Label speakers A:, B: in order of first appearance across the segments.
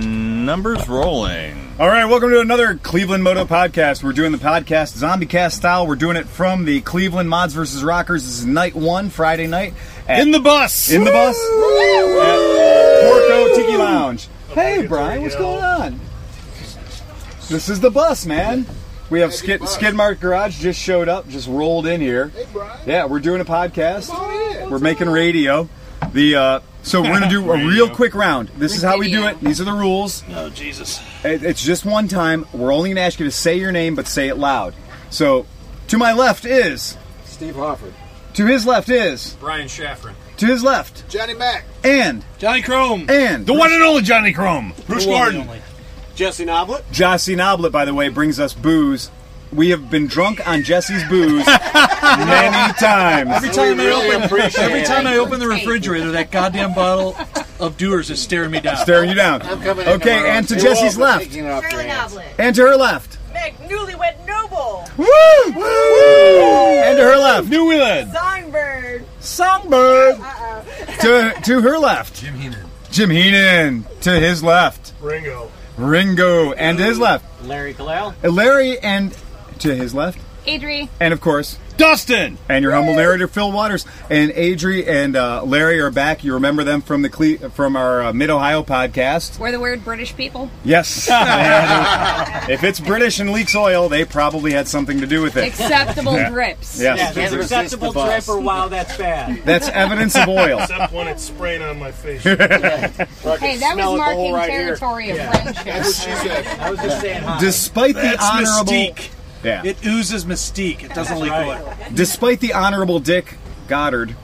A: numbers rolling.
B: All right, welcome to another Cleveland Moto podcast. We're doing the podcast Zombie Cast style. We're doing it from the Cleveland Mods versus Rockers. This is night one, Friday night. at-
C: In the bus.
B: in the bus at Porco Tiki Lounge. Hey,
C: it's
B: Brian,
C: Ariel.
B: what's going on? This is the bus, man. We have Skid,
D: bus.
B: Skidmark Garage just showed up, just rolled in here.
D: Hey, Brian.
B: Yeah, we're doing a podcast.
D: Come on in.
B: We're making radio. The uh, so we're gonna do a real
C: Radio.
B: quick round. This is how we do
E: Video.
B: it. These are the rules.
C: Oh Jesus.
B: It- It's just one time. We're only gonna ask you to say your name, but say it loud. So, to my left is,
D: Steve Hofford.
B: to his left is,
F: Brian Shaffron.
B: to his left,
D: Johnny Mack.
B: and
E: Johnny Chrome.
B: and
C: The one and only Johnny Chrome. Bruce Gordon.
F: Jesse Noblet.
B: Jesse Noblet, by the way, brings us booze. We have been drunk on Jesse's booze many times.
E: Every time I
D: really
E: open,
D: appreciate
E: every
D: it.
E: time I open the refrigerator, that goddamn bottle of Dewar's is staring me down.
B: Staring you down.
D: I'm coming in
B: Okay,
D: tomorrow.
B: and to
D: You're
B: Jesse's
D: welcome.
B: left.
D: Taking it off your
G: Shirley
D: hands.
G: Noblet.
B: And to her left.
G: Meg, newlywed noble.
B: Woo! And to her left.
C: New Wheeland.
G: Songbird.
B: Songbird.
G: Uh-oh.
B: To, to her left. Jim Heenan. Jim Heenan. To his left.
C: Ringo.
B: Ringo. And to his left.
F: Larry Galal.
B: Larry and to his left.
H: Adri,
B: And of course,
C: Dustin.
B: and your humble narrator Phil Waters and Adri and uh, Larry are back. You remember them from the Cle- from our uh, Mid Ohio podcast.
H: we're the weird British people.
B: Yes. And if it's British and leaks oil, they probably had something to do with it.
H: Acceptable grips.
F: Yeah,
B: Yes.
D: Resist
F: that's
D: the
F: acceptable
D: bus.
F: tripper. Wow, that's bad.
B: That's evidence of oil.
C: Except when it's spraying on my face.
H: Hey, that
F: Smell
H: was
F: it the
H: marking
F: whole right ear.
H: territory of
D: That's what
H: friendship.
D: she said.
F: I was just saying hi.
B: Despite the
E: That's
B: honorable
E: mystique.
B: Yeah.
E: It oozes mystique. It doesn't leak oil.
B: Despite the honorable Dick Goddard,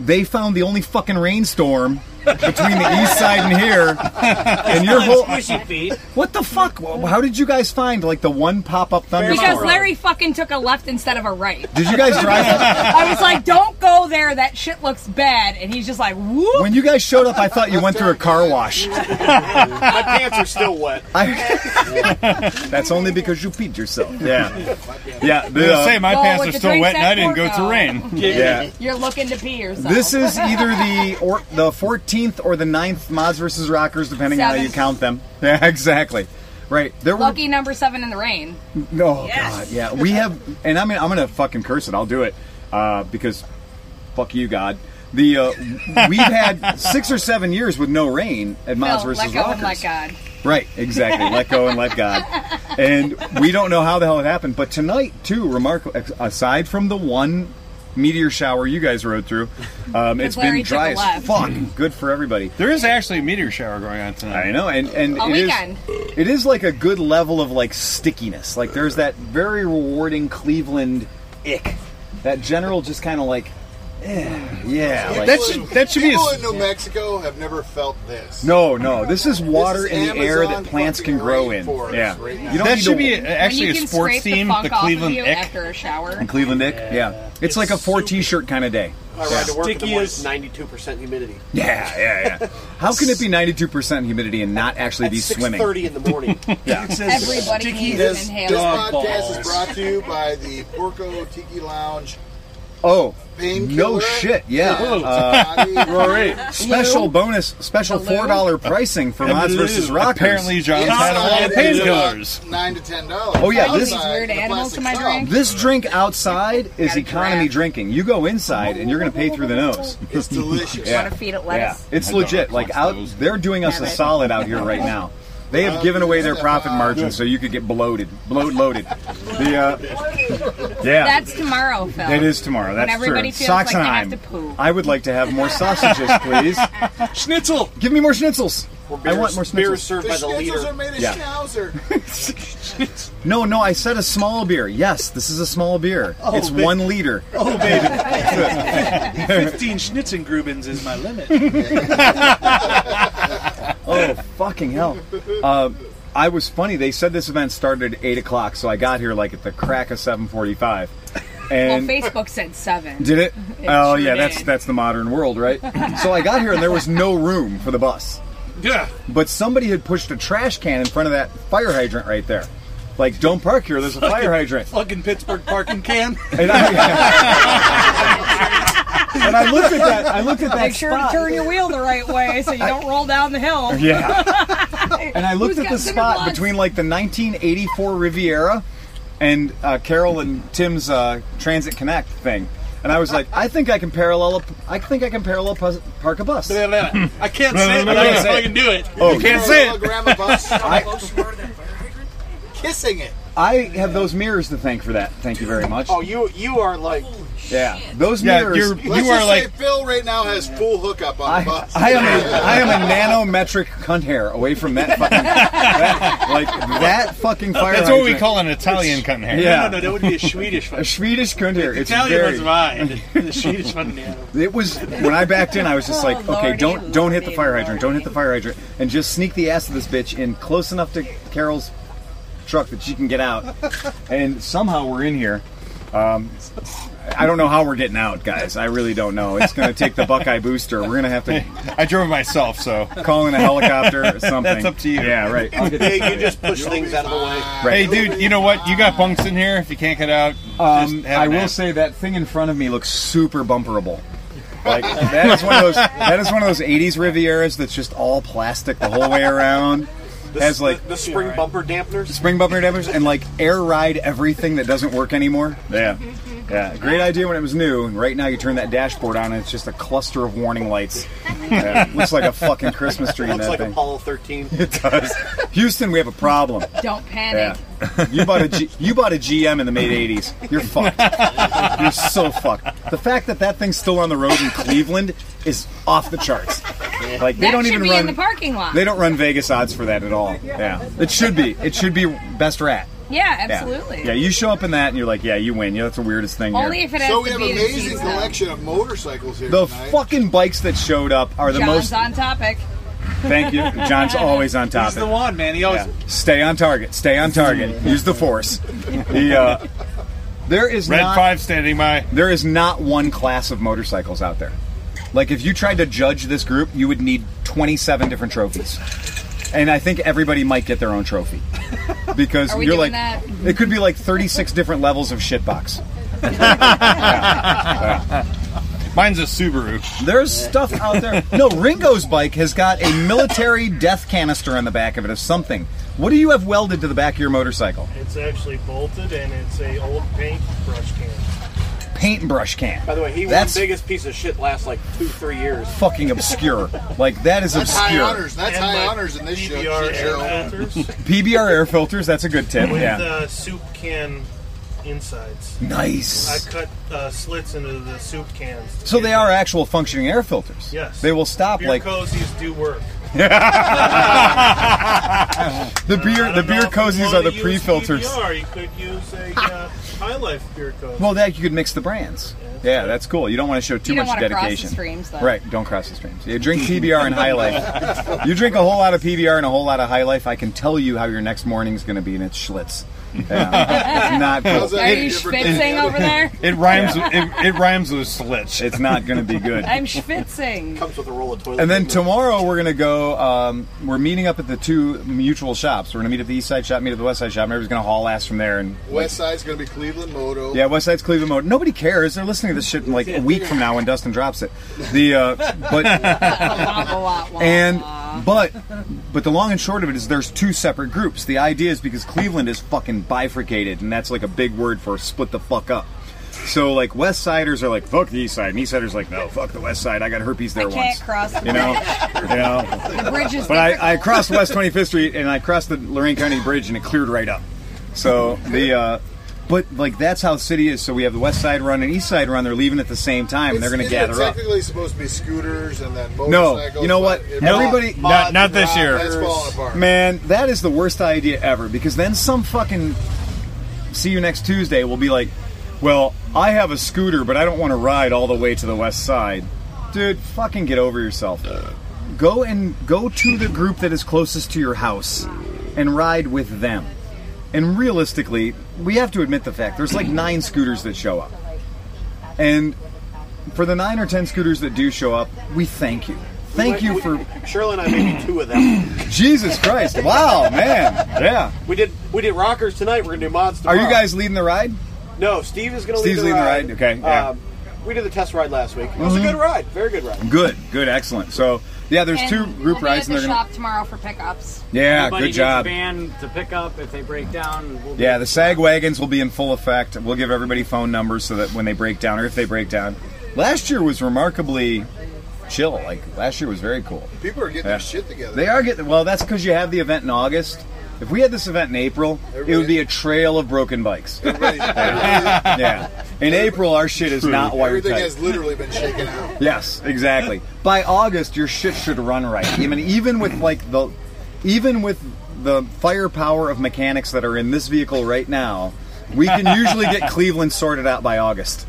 B: they found the only fucking rainstorm between the east side and here. And your whole
F: Squishy feet.
B: What the fuck? How did you guys find like the one pop-up thunderstorm?
H: Because Larry fucking took a left instead of a right.
B: Did you guys drive
H: I was like, don't go there. That shit looks bad. And he's just like, whoop.
B: When you guys showed up, I thought you went through a car wash.
F: My pants are still wet.
B: I, that's only because you peed yourself. Yeah. Yeah. the, uh,
C: say my
H: Well,
C: pants
H: with
C: are
H: the
C: still
H: drinks
C: wet and
H: at
C: I didn't go
H: Porco.
C: through rain.
B: yeah.
H: You're looking to pee yourself.
B: This is either the or the 14th or the 9th Mods versus Rockers, depending on how you
H: Seventh.
B: count them. Yeah, exactly. Right. There were
H: lucky number seven in the rain.
B: No oh,
G: Yes.
B: God, yeah. We have, and I mean, I'm gonna fucking curse it. I'll do it uh, because fuck you, God. The uh, we've had six or seven years with no rain at Mods
H: Phil,
B: versus
H: let go
B: Rockers.
H: and let God.
B: Right, exactly. let go and let God. And we don't know how the hell it happened, but tonight too, remarkable. Aside from the one meteor shower you guys rode through, um, it's been
H: Larry took
B: dry
H: a
B: as
H: left.
B: fuck. Good for everybody.
C: There is actually a meteor shower going on tonight.
B: I know, and and
H: All
B: it is-
H: weekend.
B: it is like a good level of like stickiness. Like there's that very rewarding Cleveland ick, that general just kind of like, eh, yeah, like,
C: That should that should be
D: People
C: a
D: in New Mexico have never felt this.
B: no, no. This is water
D: This
B: in
D: is
B: the air
D: Amazon
B: that plants can
D: fucking
B: grow in.
D: rainforest
B: Yeah,
D: right now.
B: you don't
C: that
B: need
C: should
B: to-
C: be a,
H: when
C: actually
H: you
C: a
H: can
C: sports
H: scrape the
C: theme,
H: funk
C: the
H: off of
C: Cleveland
H: you
C: Ick.
H: after a shower.
B: And Cleveland ick, yeah. It's,
F: It's
B: like a four
F: super-
B: t-shirt kind of day.
F: I ride to work in the
E: Sticky
F: morning,
E: as-
F: 92% humidity.
B: Yeah, yeah, yeah. How can it be 92% humidity and not actually
F: At
B: be swimming?
F: 6.30 in the morning.
H: Everybody needs an
D: This, this
H: inhaler.
D: podcast is brought to you by the Porco Tiki Lounge
B: Oh,
D: Painkiller.
B: no shit, yeah.
D: And
B: Uh,
D: Johnny-
B: special bonus, special
H: Blue.
B: $4 pricing for Mods versus Rockers.
C: Apparently, John's had a lot
D: Outside,
C: of
D: it's about
C: painkillers.
D: Nine to ten dollars.
B: Oh, yeah,
H: this-
D: Outside,
H: Weird
D: in a
H: animals to my
D: plastic cup.
H: drink.
B: This drink outside is
H: Got a
B: economy
H: giraffe.
B: drinking. You go inside and you're going to pay through the nose.
D: It's delicious.
H: Want to feed it
B: Yeah,
H: lettuce.
B: it's
C: My dog
B: legit. Like
C: wants
B: out,
C: those.
B: they're doing us a
H: Have it.
B: solid out here right now. They
D: Uh,
B: have given away their profit margin, so you could get bloated, bloat loaded. The uh, yeah,
H: That's tomorrow, Phil.
B: It is tomorrow. That's
H: everybody
B: true.
H: feels like they have
B: Sachsenheim.
H: to poo.
B: I would like to have more sausages, please.
E: Schnitzel.
B: Give me more schnitzels. I want more
F: beer
B: schnitzels.
F: served
D: The
F: by the
D: schnitzels
F: leader.
D: are made of
B: Yeah.
D: schnauzer.
B: No, no, I said a small beer. Yes, this is a small beer. it's
E: babe.
B: one liter.
E: Oh, baby. 15 Schnitzengrubens is my limit.
B: Oh, fucking hell. Uh, I was funny. They said this event started at 8 o'clock, so I got here like at the crack of 7.45.
H: Well,
B: And
H: Facebook said seven.
B: did it?
H: It
B: oh,
H: sure
B: yeah, that's
H: did.
B: that's the modern world, right? so I got here and there was no room for the bus.
C: Yeah.
B: But somebody had pushed a trash can in front of that fire hydrant right there. Like, don't park here, there's a fire hydrant.
E: Fucking Pittsburgh parking can.
B: And I, and I looked at that. I looked at that
H: Make sure to
B: spot.
H: turn your wheel the right way so you don't roll down the hill.
B: Yeah. And I looked
H: Who's
B: at
H: got bigger
B: the spot
H: blocks?
B: between like the 1984 Riviera and uh, Carol and Tim's uh, Transit Connect thing, and I was like, I think I can parallel. A, I think I can parallel pus- park a bus. I
E: I can't say it, but
B: can't
E: I
B: say it.
E: can do it.
B: Oh,
D: Can't
B: say
D: it. Grandma bus. kissing it.
B: I have those mirrors to thank for that. Thank you very much.
F: Oh, you you are like
B: yeah, those
C: Yeah,
B: mirrors.
C: you're-
D: Let's
C: You are
D: just say
C: like-
D: Phil right now has full hookup on
B: I,
D: the bus.
B: I am a I am a nanometric cunt hair away from that fucking that- like that fucking fire.
C: That's what we
B: hydrant.
C: call an Italian cut in hair.
B: Yeah.
E: No, no, that would be a Swedish one.
B: a Swedish cunt hair. It's
E: Italian
B: very,
E: was mine. The Swedish one, yeah.
B: It was when I backed in. I was just like,
H: Oh,
B: okay,
H: lordy,
B: don't don't hit the
H: lordy,
B: fire hydrant, don't hit the
H: lordy.
B: fire hydrant, and just sneak the ass of this bitch in close enough to Carol's truck that she can get out. And somehow we're in here. Um, I don't know how we're getting out, guys. I really don't know. It's going to take the Buckeye booster. We're going to have to
C: I drove myself, so.
B: call in a helicopter or something.
C: That's up to you.
B: Yeah, right. I'll get
F: you just push things out of the way.
B: Right.
C: Hey, dude, you know what? You got bunks in here. If you can't get out,
B: Um,
C: just have
B: I
C: an
B: will
C: app.
B: say that thing in front of me looks super bumperable. Like that is one of those that is one of those '80s Rivieras that's just all plastic the whole way around. Has like
F: the, the spring bumper dampeners.
B: spring bumper dampers and like air ride everything that doesn't work anymore. Yeah, yeah. Great idea when it was new, and right now you turn that dashboard on and it's just a cluster of warning lights. Yeah, it looks like a fucking Christmas tree in
F: Looks
B: that
F: like
B: thing.
F: Apollo 13.
B: It does. Houston, we have a problem.
H: Don't
B: Yeah.
H: panic.
B: You bought a G- you bought a GM in the mid '80s. You're fucked. You're so fucked. The fact that that thing's still on the road in Cleveland is off the charts. Like they
H: That
B: don't
H: should
B: even
H: be
B: run.
H: in the parking lot.
B: they don't run Vegas odds for that at all. Yeah, it should be. It should be best rat.
H: yeah,
B: Yeah.
H: absolutely.
B: Yeah, you show up in that and you're like, yeah, you win. Yeah, that's the weirdest thing. here.
H: Only if it has
D: So
H: to
D: we have
H: be
D: an
H: the
D: amazing
H: cheese
D: collection of motorcycles here
B: the
D: tonight.
B: fucking bikes that showed up are the
H: John's
B: most.
H: on topic.
B: Thank you, John's always on top.
E: He's the one, man. He always.
B: Yeah. Stay on target. Stay on target. Use the force. The, uh, there is
C: Red
B: not,
C: 5 standing by.
B: There is not one class of motorcycles out there. Like if you tried to judge this group, you would need 27 different trophies. And I think everybody might get their own trophy. Because
H: Are we
B: you're
H: doing
B: like
H: that?
B: it could be like 36 different levels of shitbox.
C: Mine's a Subaru.
B: There's stuff out there. No, Ringo's bike has got a military death canister on the back of it of something. What do you have welded to the back of your motorcycle?
A: It's actually bolted and it's a old paint brush can.
B: Paintbrush can.
F: By the way, he was
B: That's-
F: the biggest piece of shit last like two, three years.
B: fucking obscure. Like that is
D: That's high
B: obscure.
D: honors. That's
A: And
D: high
A: my
D: honors in this show.
A: PBR
D: shit
A: air
D: show.
A: filters with
B: PBR air filters. That's a good tip. Yeah.
A: uh, soup can insides. I
B: Nice.
A: cut uh, slits into the soup cans. to
B: So
A: get
B: they are actual functioning air filters.
A: Yes.
B: They will stop
A: Beer
B: like
A: cozies do work.
B: the beer.
A: I
B: The
A: don't know
B: beer
A: if you
B: cozies
A: wanna
B: are the
A: use
B: pre-filters.
A: PBR, you could use a uh, High Life beer cozy.
B: Well, that you could mix the brands. Yeah, that's cool. You don't want to show too
H: You don't
B: much
H: wanna cross the
B: dedication.
H: streams, though.
B: Right. Don't cross the streams. Yeah, drink PBR and High Life. You drink a whole lot of PBR and a whole lot of High Life. I can tell you how your next morning's going to be, and it's Schlitz. Yeah. not cool.
D: How's that
H: Are
D: any
H: you
D: different than the
H: schwitzing
D: other?
H: over there?
C: It rhymes. It, it rhymes with slitch.
B: It's not going to be good.
H: I'm schwitzing.
F: Comes with a roll of toilet.
B: And then
F: paper.
B: tomorrow we're gonna go. Um, we're meeting up at the two mutual shops. We're gonna meet at the East Side Shop, meet at the West Side Shop, and everybody's gonna haul ass from there. And
D: West Side's going to be Cleveland Moto.
B: yeah, West Side's Cleveland mode. Nobody cares. They're listening to this shit in like a week from now when Dustin drops it. The uh, but and but but the long and short of it is there's two separate groups. The idea is because Cleveland is fucking bifurcated, and that's like a big word for split the fuck up. So like West Siders are like fuck the East Side, and East Siders are like no fuck the West Side. I got herpes there
H: I can't
B: once.
H: cross the
B: you know, you know.
H: bridges.
B: But I, I crossed West 25th Street and I crossed the Lorraine County Bridge and it cleared right up. So the, uh, but like that's how the city is. So we have the West Side Run and East Side Run. They're leaving at the same time and they're going to
D: Isn't
B: gather
D: it
B: up.
D: Technically, supposed to be scooters and then motorcycles.
B: No, you know what?
D: but it-
B: Everybody,
C: Not, not this
D: That's
C: year.
D: falling apart.
B: man, that is the worst idea ever because then some fucking see you next Tuesday will be like, well, I have a scooter, but I don't want to ride all the way to the West Side. Dude, fucking get over yourself. Go and go to the group that is closest to your house and ride with them. And realistically, we have to admit the fact there's like nine scooters that show up. And for the nine or ten scooters that do show up, we thank you. Thank you
F: We-
B: for
F: Shirley and I made two of them.
B: Jesus Christ. Wow, man. Yeah.
F: We did we did rockers tonight. We're gonna do mods
B: Are
F: tomorrow.
B: you guys leading the ride?
F: No, Steve is gonna
B: Steve's
F: lead the
B: leading the
F: ride.
B: ride? Okay, yeah. Mm-hmm.
F: Um, We did the test ride last week. It was a good ride. Very good ride.
B: Good, good, excellent. So yeah, there's
H: And
B: two
H: we'll
B: group
H: be
B: rides,
H: at
B: and
H: the
B: they're
H: shop
B: gonna.
H: tomorrow for pickups.
B: Yeah,
I: Everybody
B: good
I: needs
B: job.
I: A van to pick up if they break down. We'll be-
B: Yeah, the sag wagons will be in full effect. We'll give everybody phone numbers so that when they break down or if they break down. Last year was remarkably chill. Like last year was very cool.
D: People are getting
B: Yeah.
D: their shit together.
B: They are getting well. That's because you have the event in August. If we had this event in April, it would be a trail of broken bikes.
D: Everybody's- everything-
B: yeah, in April our shit is not wired
D: everything
B: tight.
D: has literally been shaken out.
B: Yes, exactly. By August, your shit should run right. I mean, even with like the, even with the firepower of mechanics that are in this vehicle right now, we can usually get Cleveland sorted out by August.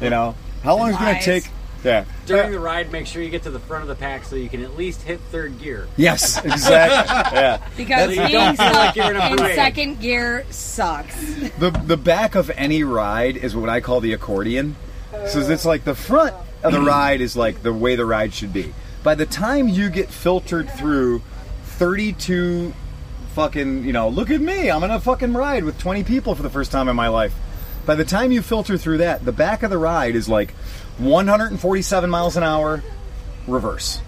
B: You know, how long is it going to
H: Lies.
B: take? Yeah.
I: During the ride, make sure you get to the front of the pack so you can at least hit third gear.
B: Yes, exactly. Yeah.
H: Because
I: That's-
H: being
I: Don't feel
H: stuck
I: like you're in a
H: in
I: parade.
H: second gear sucks.
B: The the back of any ride is what I call the accordion. So it's like the front of the ride is like the way the ride should be. By the time you get filtered through 32 fucking, you know, look at me, I'm gonna fucking ride with 20 people for the first time in my life. By the time you filter through that, the back of the ride is like 147 miles an hour, reverse.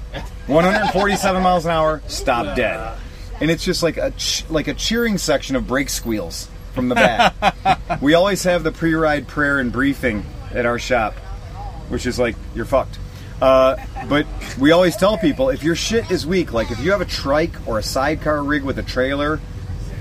B: 147 miles an hour, stop dead. And it's just like a ch- like a cheering section of brake squeals from the back. we always have the pre-ride prayer and briefing at our shop, which is like you're fucked. Uh, but we always tell people if your shit is weak, like if you have a trike or a sidecar rig with a trailer,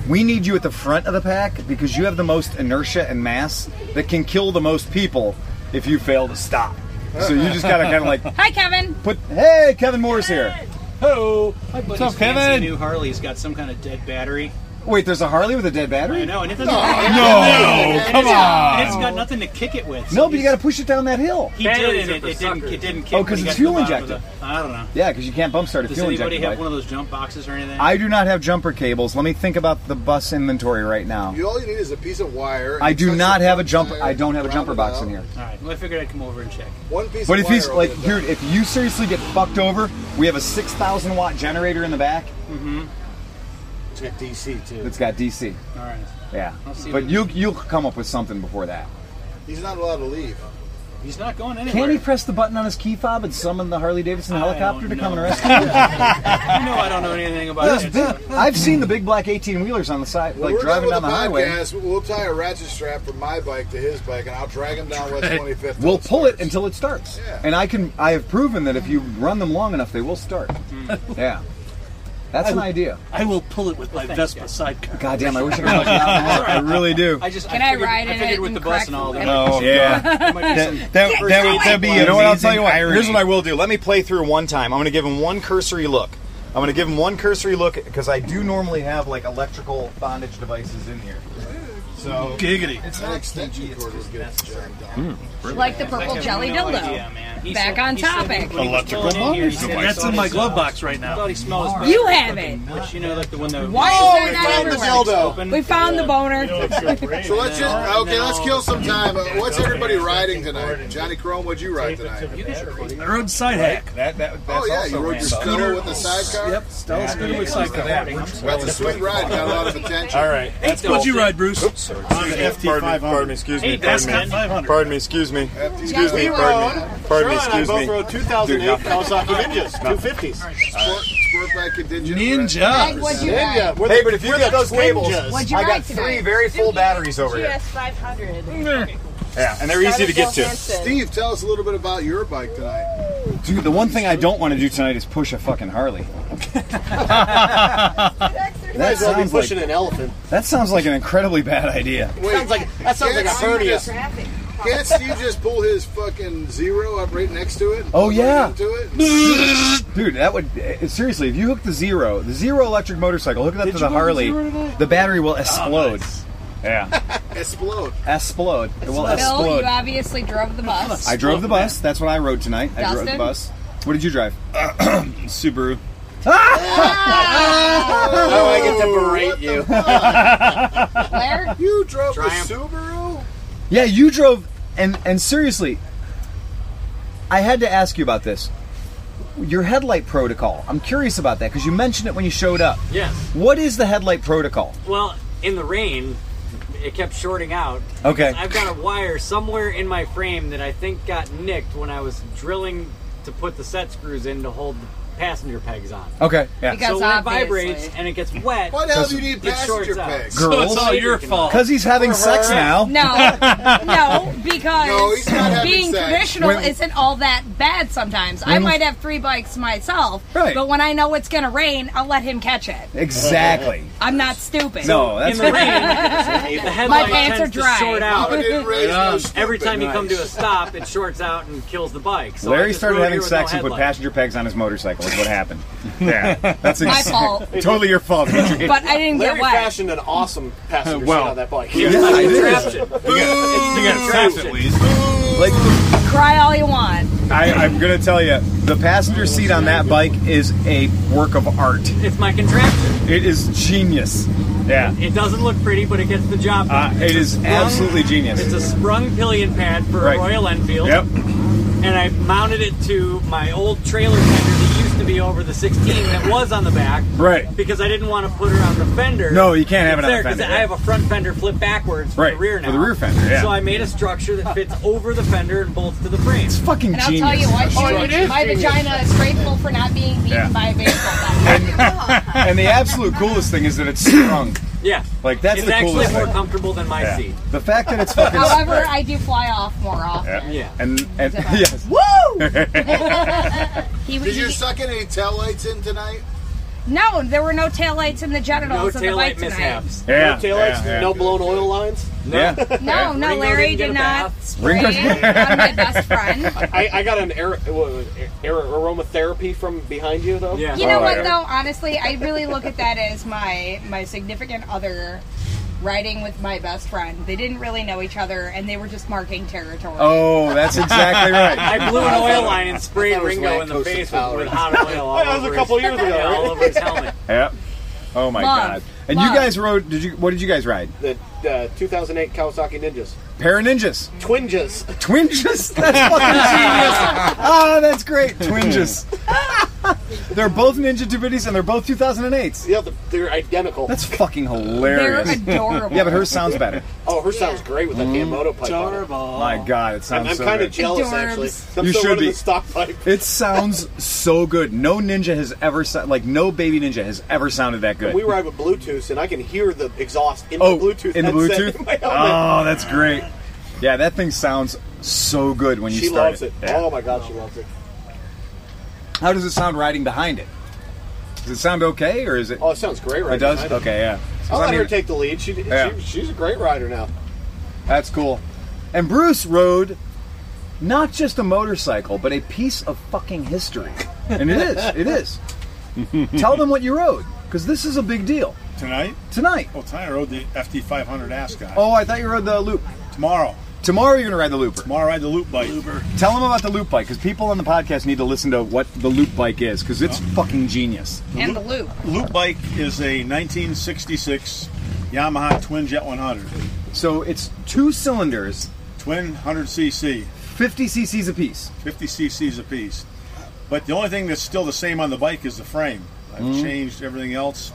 B: we need you at the front of the pack because you have the most inertia and mass that can kill the most people if you fail to stop. So you just gotta kind of like
H: Hi, Kevin.
B: Put hey, Kevin Moore's here.
I: Oh,
E: My buddy's
C: up,
E: fancy
C: Kevin?
E: new Harley's got some kind of dead battery.
B: Wait, there's a Harley with a dead
E: I
B: battery?
E: know, and it doesn't.
C: No, come on.
E: and it's
B: Oh.
E: got nothing to kick it with.
B: No, but you got to push it down that hill.
E: He
I: Batteries
E: did,
I: are
E: and it,
I: for
E: it didn't.
I: suckers.
E: It didn't kick.
B: Oh,
E: when
B: 'cause
E: he got
B: it's
E: to the
B: fuel
E: bottom of the-
B: injected.
E: I don't know.
B: Yeah, because you can't bump start a
E: Does
B: fuel
E: anybody
B: injected
E: have
B: bike.
E: one of those jump boxes or anything?
B: I do not have jumper cables. Let me think about the bus inventory right now.
D: You all you need is a piece of wire.
B: Um, I do
D: Touch
B: not
D: the
B: have a
D: front
B: jumper.
D: tire,
B: I don't have a
D: round
B: jumper
D: it
B: box
D: out.
B: in here.
E: All right. Well, I figured I'd come over and check.
D: One piece.
B: But
D: of
B: if he's
D: wire
B: like,
D: opens
B: dude,
D: up.
B: if you seriously get fucked over, we have a six thousand watt generator in the back.
E: Mm-hmm.
F: It's got DC too.
B: It's got DC.
E: All right.
B: Yeah,
E: I'll see
B: but
E: what-
B: you you'll come up with something before that.
D: he's not allowed to leave.
E: He's not going anywhere.
B: Can he press the button on his key fob and summon the Harley Davidson
E: I don't
B: helicopter to come and
E: know.
B: rescue him?
E: You know I don't know anything about
B: Those
E: it.
B: big- I've seen the big black eighteen wheelers on the side,
D: When
B: like
D: we're done
B: driving
D: with
B: down the
D: the
B: highway.
D: podcast, We'll tie a ratchet strap from my bike to his bike, and I'll drag him down West 25th.
B: We'll pull it until it starts,
D: Yeah.
B: and I can. I have proven that if you run them long enough, they will start. yeah, that's an idea.
E: Mm-hmm. I will pull it with my Vespa sidecar.
B: God damn, I wish I could. fucking out more. I really do.
E: I just
H: Can I
E: I, figured,
H: ride
E: I
H: in
E: figured
H: it
E: with the
H: and
E: bus
H: crack
E: and all
H: the
E: that.
H: window?
B: Oh yeah.
E: there might be some-
B: That, that, that would that'd be
H: You
B: you know what I'll tell you what.
C: amazing
B: Here's what
C: irony.
B: I will do. Let me play through one time. I'm going to give him one cursory look. I'm going to give him one cursory look because I do normally have like electrical bondage devices in here. So
E: Giggity.
D: It's not extension cord was good.
H: Like the purple jelly dildo. Back on topic.
C: Electrical bondage device.
E: That's in my glove box right now. thought he smells bad.
H: You have it. Oh,
E: But you know, like the window.
H: Why is there not everywhere?
E: Open.
H: We found the boner.
A: You know, it's so great.
D: So let's just okay. Let's kill some time. Uh, what's
A: Okay.
D: everybody riding tonight? Johnny Chrome, what'd you ride tonight?
E: I rode side hack.
B: that, that, that's
D: Oh yeah,
B: also
D: you rode your
B: random.
D: scooter with the sidecar.
E: Yep. Stella's good with sidecar.
D: That's a sweet ride. Got a lot of attention.
A: All right.
E: What'd you ride, Bruce?
A: Pardon me, pardon me, excuse me, pardon me.
E: 500.
A: Pardon me, excuse me.
D: Excuse
H: me,
D: me,
H: we
D: pardon me.
F: Cheryl
A: Pardon me,
F: and I
A: excuse
F: both
A: me.
F: rode 2008 Kawasaki Ninjas, 250s.
D: Sport, sport bike contingent.
E: Ninja.
H: What'd you
F: Yeah,
H: ride?
F: we're
B: Hey,
F: the-
B: but if you
F: we're
B: got
F: the
B: those cables,
F: Twinjas.
H: What'd you
B: I
H: ride
B: got three
H: tonight?
B: very full batteries over here.
G: GS 500.
B: Yeah, and they're
G: Easy to get to.
D: Steve, tell us a little bit about your bike tonight.
B: Dude, the one thing I don't want to do tonight is push a fucking Harley. that
F: Might as well be
B: sounds like
F: pushing an elephant.
B: that sounds like an incredibly bad idea.
D: Wait,
F: Sounds like that sounds like a
D: Yes.
F: hernia.
D: Yes. can't Steve just pull his fucking zero up right next to it?
B: Oh, yeah.
D: Right into it?
B: Dude, that would eh, seriously. If you hook the zero, the zero electric motorcycle, hook it up to the Harley, the, battery will explode. Yeah,
D: Explode.
B: explode. It will
H: Bill,
B: explode.
H: you obviously drove the bus.
B: I drove the bus. That's what I rode tonight. I drove the
H: Dustin?
B: bus. What did you drive?
C: Subaru.
F: Oh, I get to berate you.
H: Claire?
D: You drove
F: Triumph.
D: a Subaru?
B: Yeah, you drove, and and seriously, I had to ask you about this. Your headlight protocol. I'm curious about that because you mentioned it when you showed up.
I: Yes.
B: What is the headlight protocol?
I: Well, in the rain, it kept shorting out.
B: Okay.
I: I've got a wire somewhere in my frame that I think got nicked when I was drilling to put the set screws in to hold the passenger pegs on.
B: Okay. Yeah.
H: Because
I: so when it
H: obviously-
I: vibrates and it gets wet,
D: Why the hell do you need
I: It shorts
D: passenger
I: out.
D: pegs?
I: So
B: Girls.
I: it's all your fault.
B: Because he's having sex now.
H: No, no, because
D: No, he's not having
H: being
D: sex.
H: traditional
B: When-
H: isn't all that bad sometimes. I might have three bikes myself,
B: Right.
H: but when I know it's going to rain, I'll let him catch it.
B: Exactly.
H: I'm not stupid.
B: No, that's
I: in the rain, the headlight
H: pants
I: tends
H: are dry.
I: to short out.
D: I didn't raise no
I: Every
D: stupid.
I: time you come to a stop, it shorts out and kills the bike. So I
B: Larry
I: just
B: started
I: rode
B: having
I: here with
B: sex
I: no
B: and put
I: headlight.
B: passenger pegs on his motorcycle. Is what happened. Yeah, that's
H: My
B: ex-
H: fault.
B: totally your fault. Adrian.
H: But I didn't
F: Larry
H: get wet.
F: fashioned an awesome passenger seat
C: Well.
F: on that bike.
B: it is.
C: You got sass at least.
H: Cry all you want.
B: I, I'm gonna tell you, the passenger seat on that bike is a work of art.
I: It's my contraption.
B: It is genius. Yeah,
I: It doesn't look pretty, but it gets the job done.
B: uh, it is absolutely
I: It's
B: genius.
I: a sprung pillion pad for
B: Right.
I: a Royal Enfield.
B: Yep.
I: And I mounted it to my old trailer fender that used to be over the 16 that was on the back.
B: Right.
I: Because I didn't want to put her on the fender.
B: No, you can't have
I: It's
B: it on the
I: there 'cause
B: fender,
I: I
B: yeah.
I: have a front fender flip backwards for
B: Right,
I: the rear
B: for
I: now.
B: the rear fender, yeah.
I: So I made a structure that fits over the fender and bolts to the frame. Oh,
B: It's fucking
H: And I'll
B: genius. Oh,
H: tell you what,
A: it is
H: my
A: genius.
H: vagina is grateful for not being beaten
B: Yeah.
H: by a baseball bat.
B: And the absolute coolest thing is that it's strung.
I: Yeah.
B: Like, that's
I: it's
B: the
I: actually
B: coolest
I: more
B: thing.
I: comfortable than my
B: Yeah.
I: seat.
B: The fact that it's fucking.
H: However, I do fly off more often.
I: Yeah.
B: and and yes,
H: He,
D: Did you
H: he-
D: suck in any taillights in tonight?
H: no, there were no taillights in the
I: No
H: genitals of the bike
I: taillight
H: tonight.
I: mishaps.
B: yeah,
F: No taillights,
B: yeah, yeah.
F: no blown oil lines.
B: Yeah.
H: No, no,
I: Ringo
H: Larry
I: didn't get
H: did
I: a
H: not
I: bath.
H: spray
B: Ringo-
H: on my best friend.
F: I, I got an air, air, aromatherapy from behind you though.
I: Yeah.
H: You know
B: Oh,
H: what
B: yeah.
H: though? Honestly, I really look at that as my my significant other riding with my best friend. They didn't really know each other, and they were just marking territory.
B: Oh, that's exactly right.
I: I blew an oil line and sprayed
D: thought it was
I: Ringo in the
D: lactose
I: face with, with
D: intolerant.
I: hot oil
E: oh,
I: all
F: That was a
I: over
F: couple
I: his,
F: years ago,
I: yeah, all
F: right?
I: over his helmet.
B: Yep. Oh my
H: Love.
B: god. And
H: Love.
B: you guys rode? Did you? What did you guys ride?
F: The uh, 2008 Kawasaki Ninjas.
B: Para ninjas.
F: Twinges.
B: Twinges? That's fucking genius. Ah, that's great. Twinges. they're both Ninja Tubities and they're both 2008s.
F: Yeah, the, they're identical.
B: That's fucking
H: They're
B: hilarious.
H: adorable.
B: Yeah, but hers sounds better.
F: Oh, her sounds great with that damn moto pipe. on it.
B: My god, it
F: I'm,
B: sounds
F: I'm
B: so
F: kind of
B: good.
F: jealous,
H: Adorbs.
F: actually. I'm
B: You
F: still
B: should
F: running
B: be.
F: the stock pipe.
B: it sounds so good. No ninja has ever sounded like no baby ninja has ever sounded that good.
F: We ride with Bluetooth, and I can hear the exhaust in
B: oh,
F: the Bluetooth.
B: in the Bluetooth.
F: headset in my helmet.
B: oh, that's great. Yeah, that thing sounds so good when you
F: she
B: start
F: loves it.
B: Yeah.
F: Oh my god, she loves it.
B: How does it sound riding behind it? Does it sound okay, or is it?
F: Oh, it sounds great right
B: it does.
F: behind her.
B: Okay, yeah. 'Cause
F: I'll
B: I
F: let her
B: mean-
F: take the lead. She,
B: Yeah.
F: she, she's a great rider now.
B: That's cool. And Bruce rode not just a motorcycle, but a piece of fucking history. And it is. It is. Tell them what you rode, because this is a big deal
C: Tonight?
B: tonight.
C: Well, tonight I rode the FT500 Ascot.
B: Oh, I thought you rode the loop.
C: Tomorrow.
B: Tomorrow you're gonna ride the looper.
C: Tomorrow I ride the loop bike.
B: Tell them about the loop bike, because people on the podcast need to listen to what the loop bike is, because it's fucking genius.
H: and the loop.
C: Loop bike is a 1966 Yamaha Twin Jet 100.
B: So it's two cylinders,
C: Twin 100cc,
B: 50 cc's apiece.
C: 50 cc's apiece. But the only thing that's still the same on the bike is the frame. I've
B: Mm-hmm.
C: changed everything else.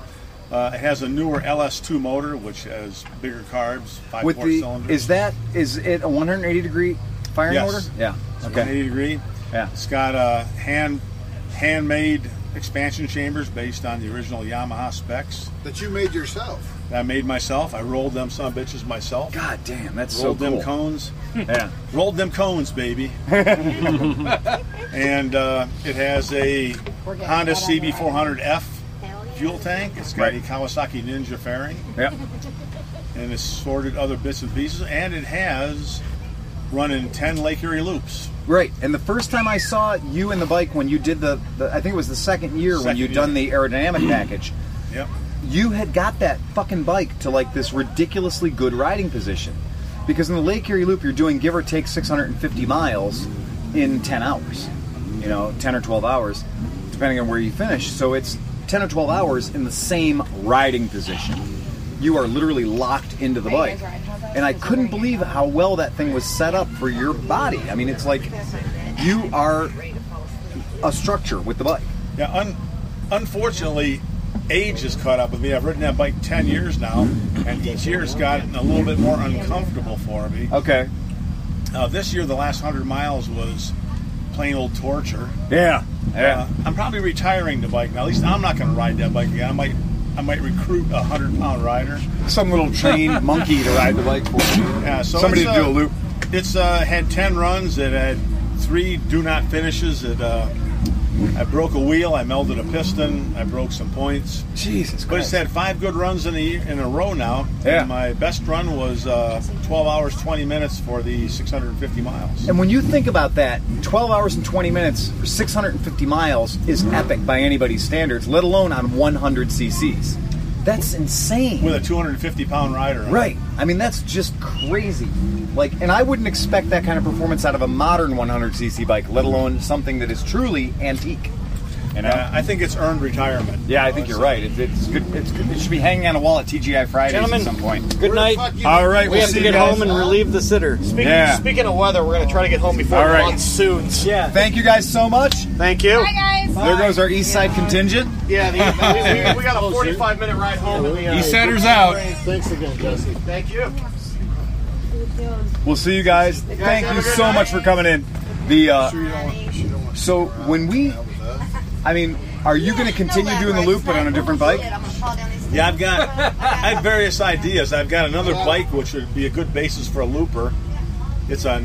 C: Uh, it has a newer LS2 motor, which has bigger carbs, five
B: With
C: quart
B: the
C: cylinder.
B: is that is it a 180 degree firing
C: Yes.
B: order? Yeah.
C: It's
B: Okay.
C: 180 degree.
B: Yeah.
C: It's got uh, hand handmade expansion chambers based on the original Yamaha specs
D: That you made yourself.
C: that I made myself. I rolled them some bitches myself.
B: God damn, that's
C: rolled
B: so cool.
C: them cones.
B: yeah.
C: Rolled them cones, baby. and uh, it has a Honda CB400F fuel tank. It's got
B: Right.
C: a Kawasaki Ninja fairing
B: Yep.
C: and assorted other bits and pieces. And it has running 10 Lake Erie loops.
B: Right. And the first time I saw you and the bike when you did the, the I think it was the second year when
C: Second
B: you done the
C: year. Mm-hmm.
B: aerodynamic package,
C: Yep.
B: you had got that fucking bike to like this ridiculously good riding position. Because in the Lake Erie Loop, you're doing give or take 650 miles in 10 hours, you know, 10 or 12 hours, depending on where you finish. So it's 10 or 12 hours in the same riding position. You are literally locked into the bike. And I couldn't believe how well that thing was set up for your body. I mean, it's like you are a structure with the bike.
C: Yeah, un- unfortunately, age has caught up with me. I've ridden that bike 10 years now, and each year's gotten a little bit more uncomfortable for me.
B: Okay.
C: Uh, this year, the last 100 miles was plain old torture.
B: Yeah.
C: Uh, I'm probably retiring the bike now. At least I'm not going to ride that bike again. I might, I might recruit a 100 pound rider.
B: Some little trained monkey to ride the bike for you.
C: Yeah, so
B: Somebody
C: it's,
B: to do
C: uh,
B: a loop.
C: It's uh, had ten runs. It had three do not finishes. It uh, I broke a wheel. I melted a piston. I broke some points.
B: Jesus
C: But it's
B: Christ.
C: had five good runs in a year- in a row now.
B: Yeah.
C: And my best run was uh, 12 hours 20 minutes for the 650 miles.
B: And when you think about that, 12 hours and 20 minutes or 650 miles is epic by anybody's standards, let alone on 100 cc's. That's insane.
C: With a 250 pound rider. on it.
B: Right. I mean, that's just crazy. Like, and I wouldn't expect that kind of performance out of a modern 100cc bike, let alone something that is truly antique. You know?
C: And I think it's earned retirement.
B: yeah, I think you're right. It, it's good. It's good. It should be hanging on a wall at TGI Fridays
F: Gentlemen.
B: at some point.
I: Good night.
B: All right,
I: We
B: we'll
I: have
B: see
I: to
B: you
I: get
B: guys.
I: home and relieve the sitter.
F: Speaking,
B: Yeah.
F: speaking of weather, we're going to try to get home before
B: All right.
F: monsoons.
I: Yeah.
B: Thank you guys so much.
F: Thank you.
H: Bye, guys.
B: There goes our East Side contingent.
F: Yeah, the, we, we, we got a 45 minute ride home. And we, uh,
B: Siders out.
D: Thanks again, Jesse.
F: Thank you.
B: We'll see you guys. Thank
F: have
B: you
F: a good
B: so
F: night.
B: much for coming in. The uh,
D: Sure you don't want- you don't want to
B: so
D: sit around
B: when we,
D: out with us.
B: I mean, are you going to continue doing the loop but on a different bike?
C: Yeah, I've got I have various ideas. I've got another bike which would be a good basis for a looper. It's a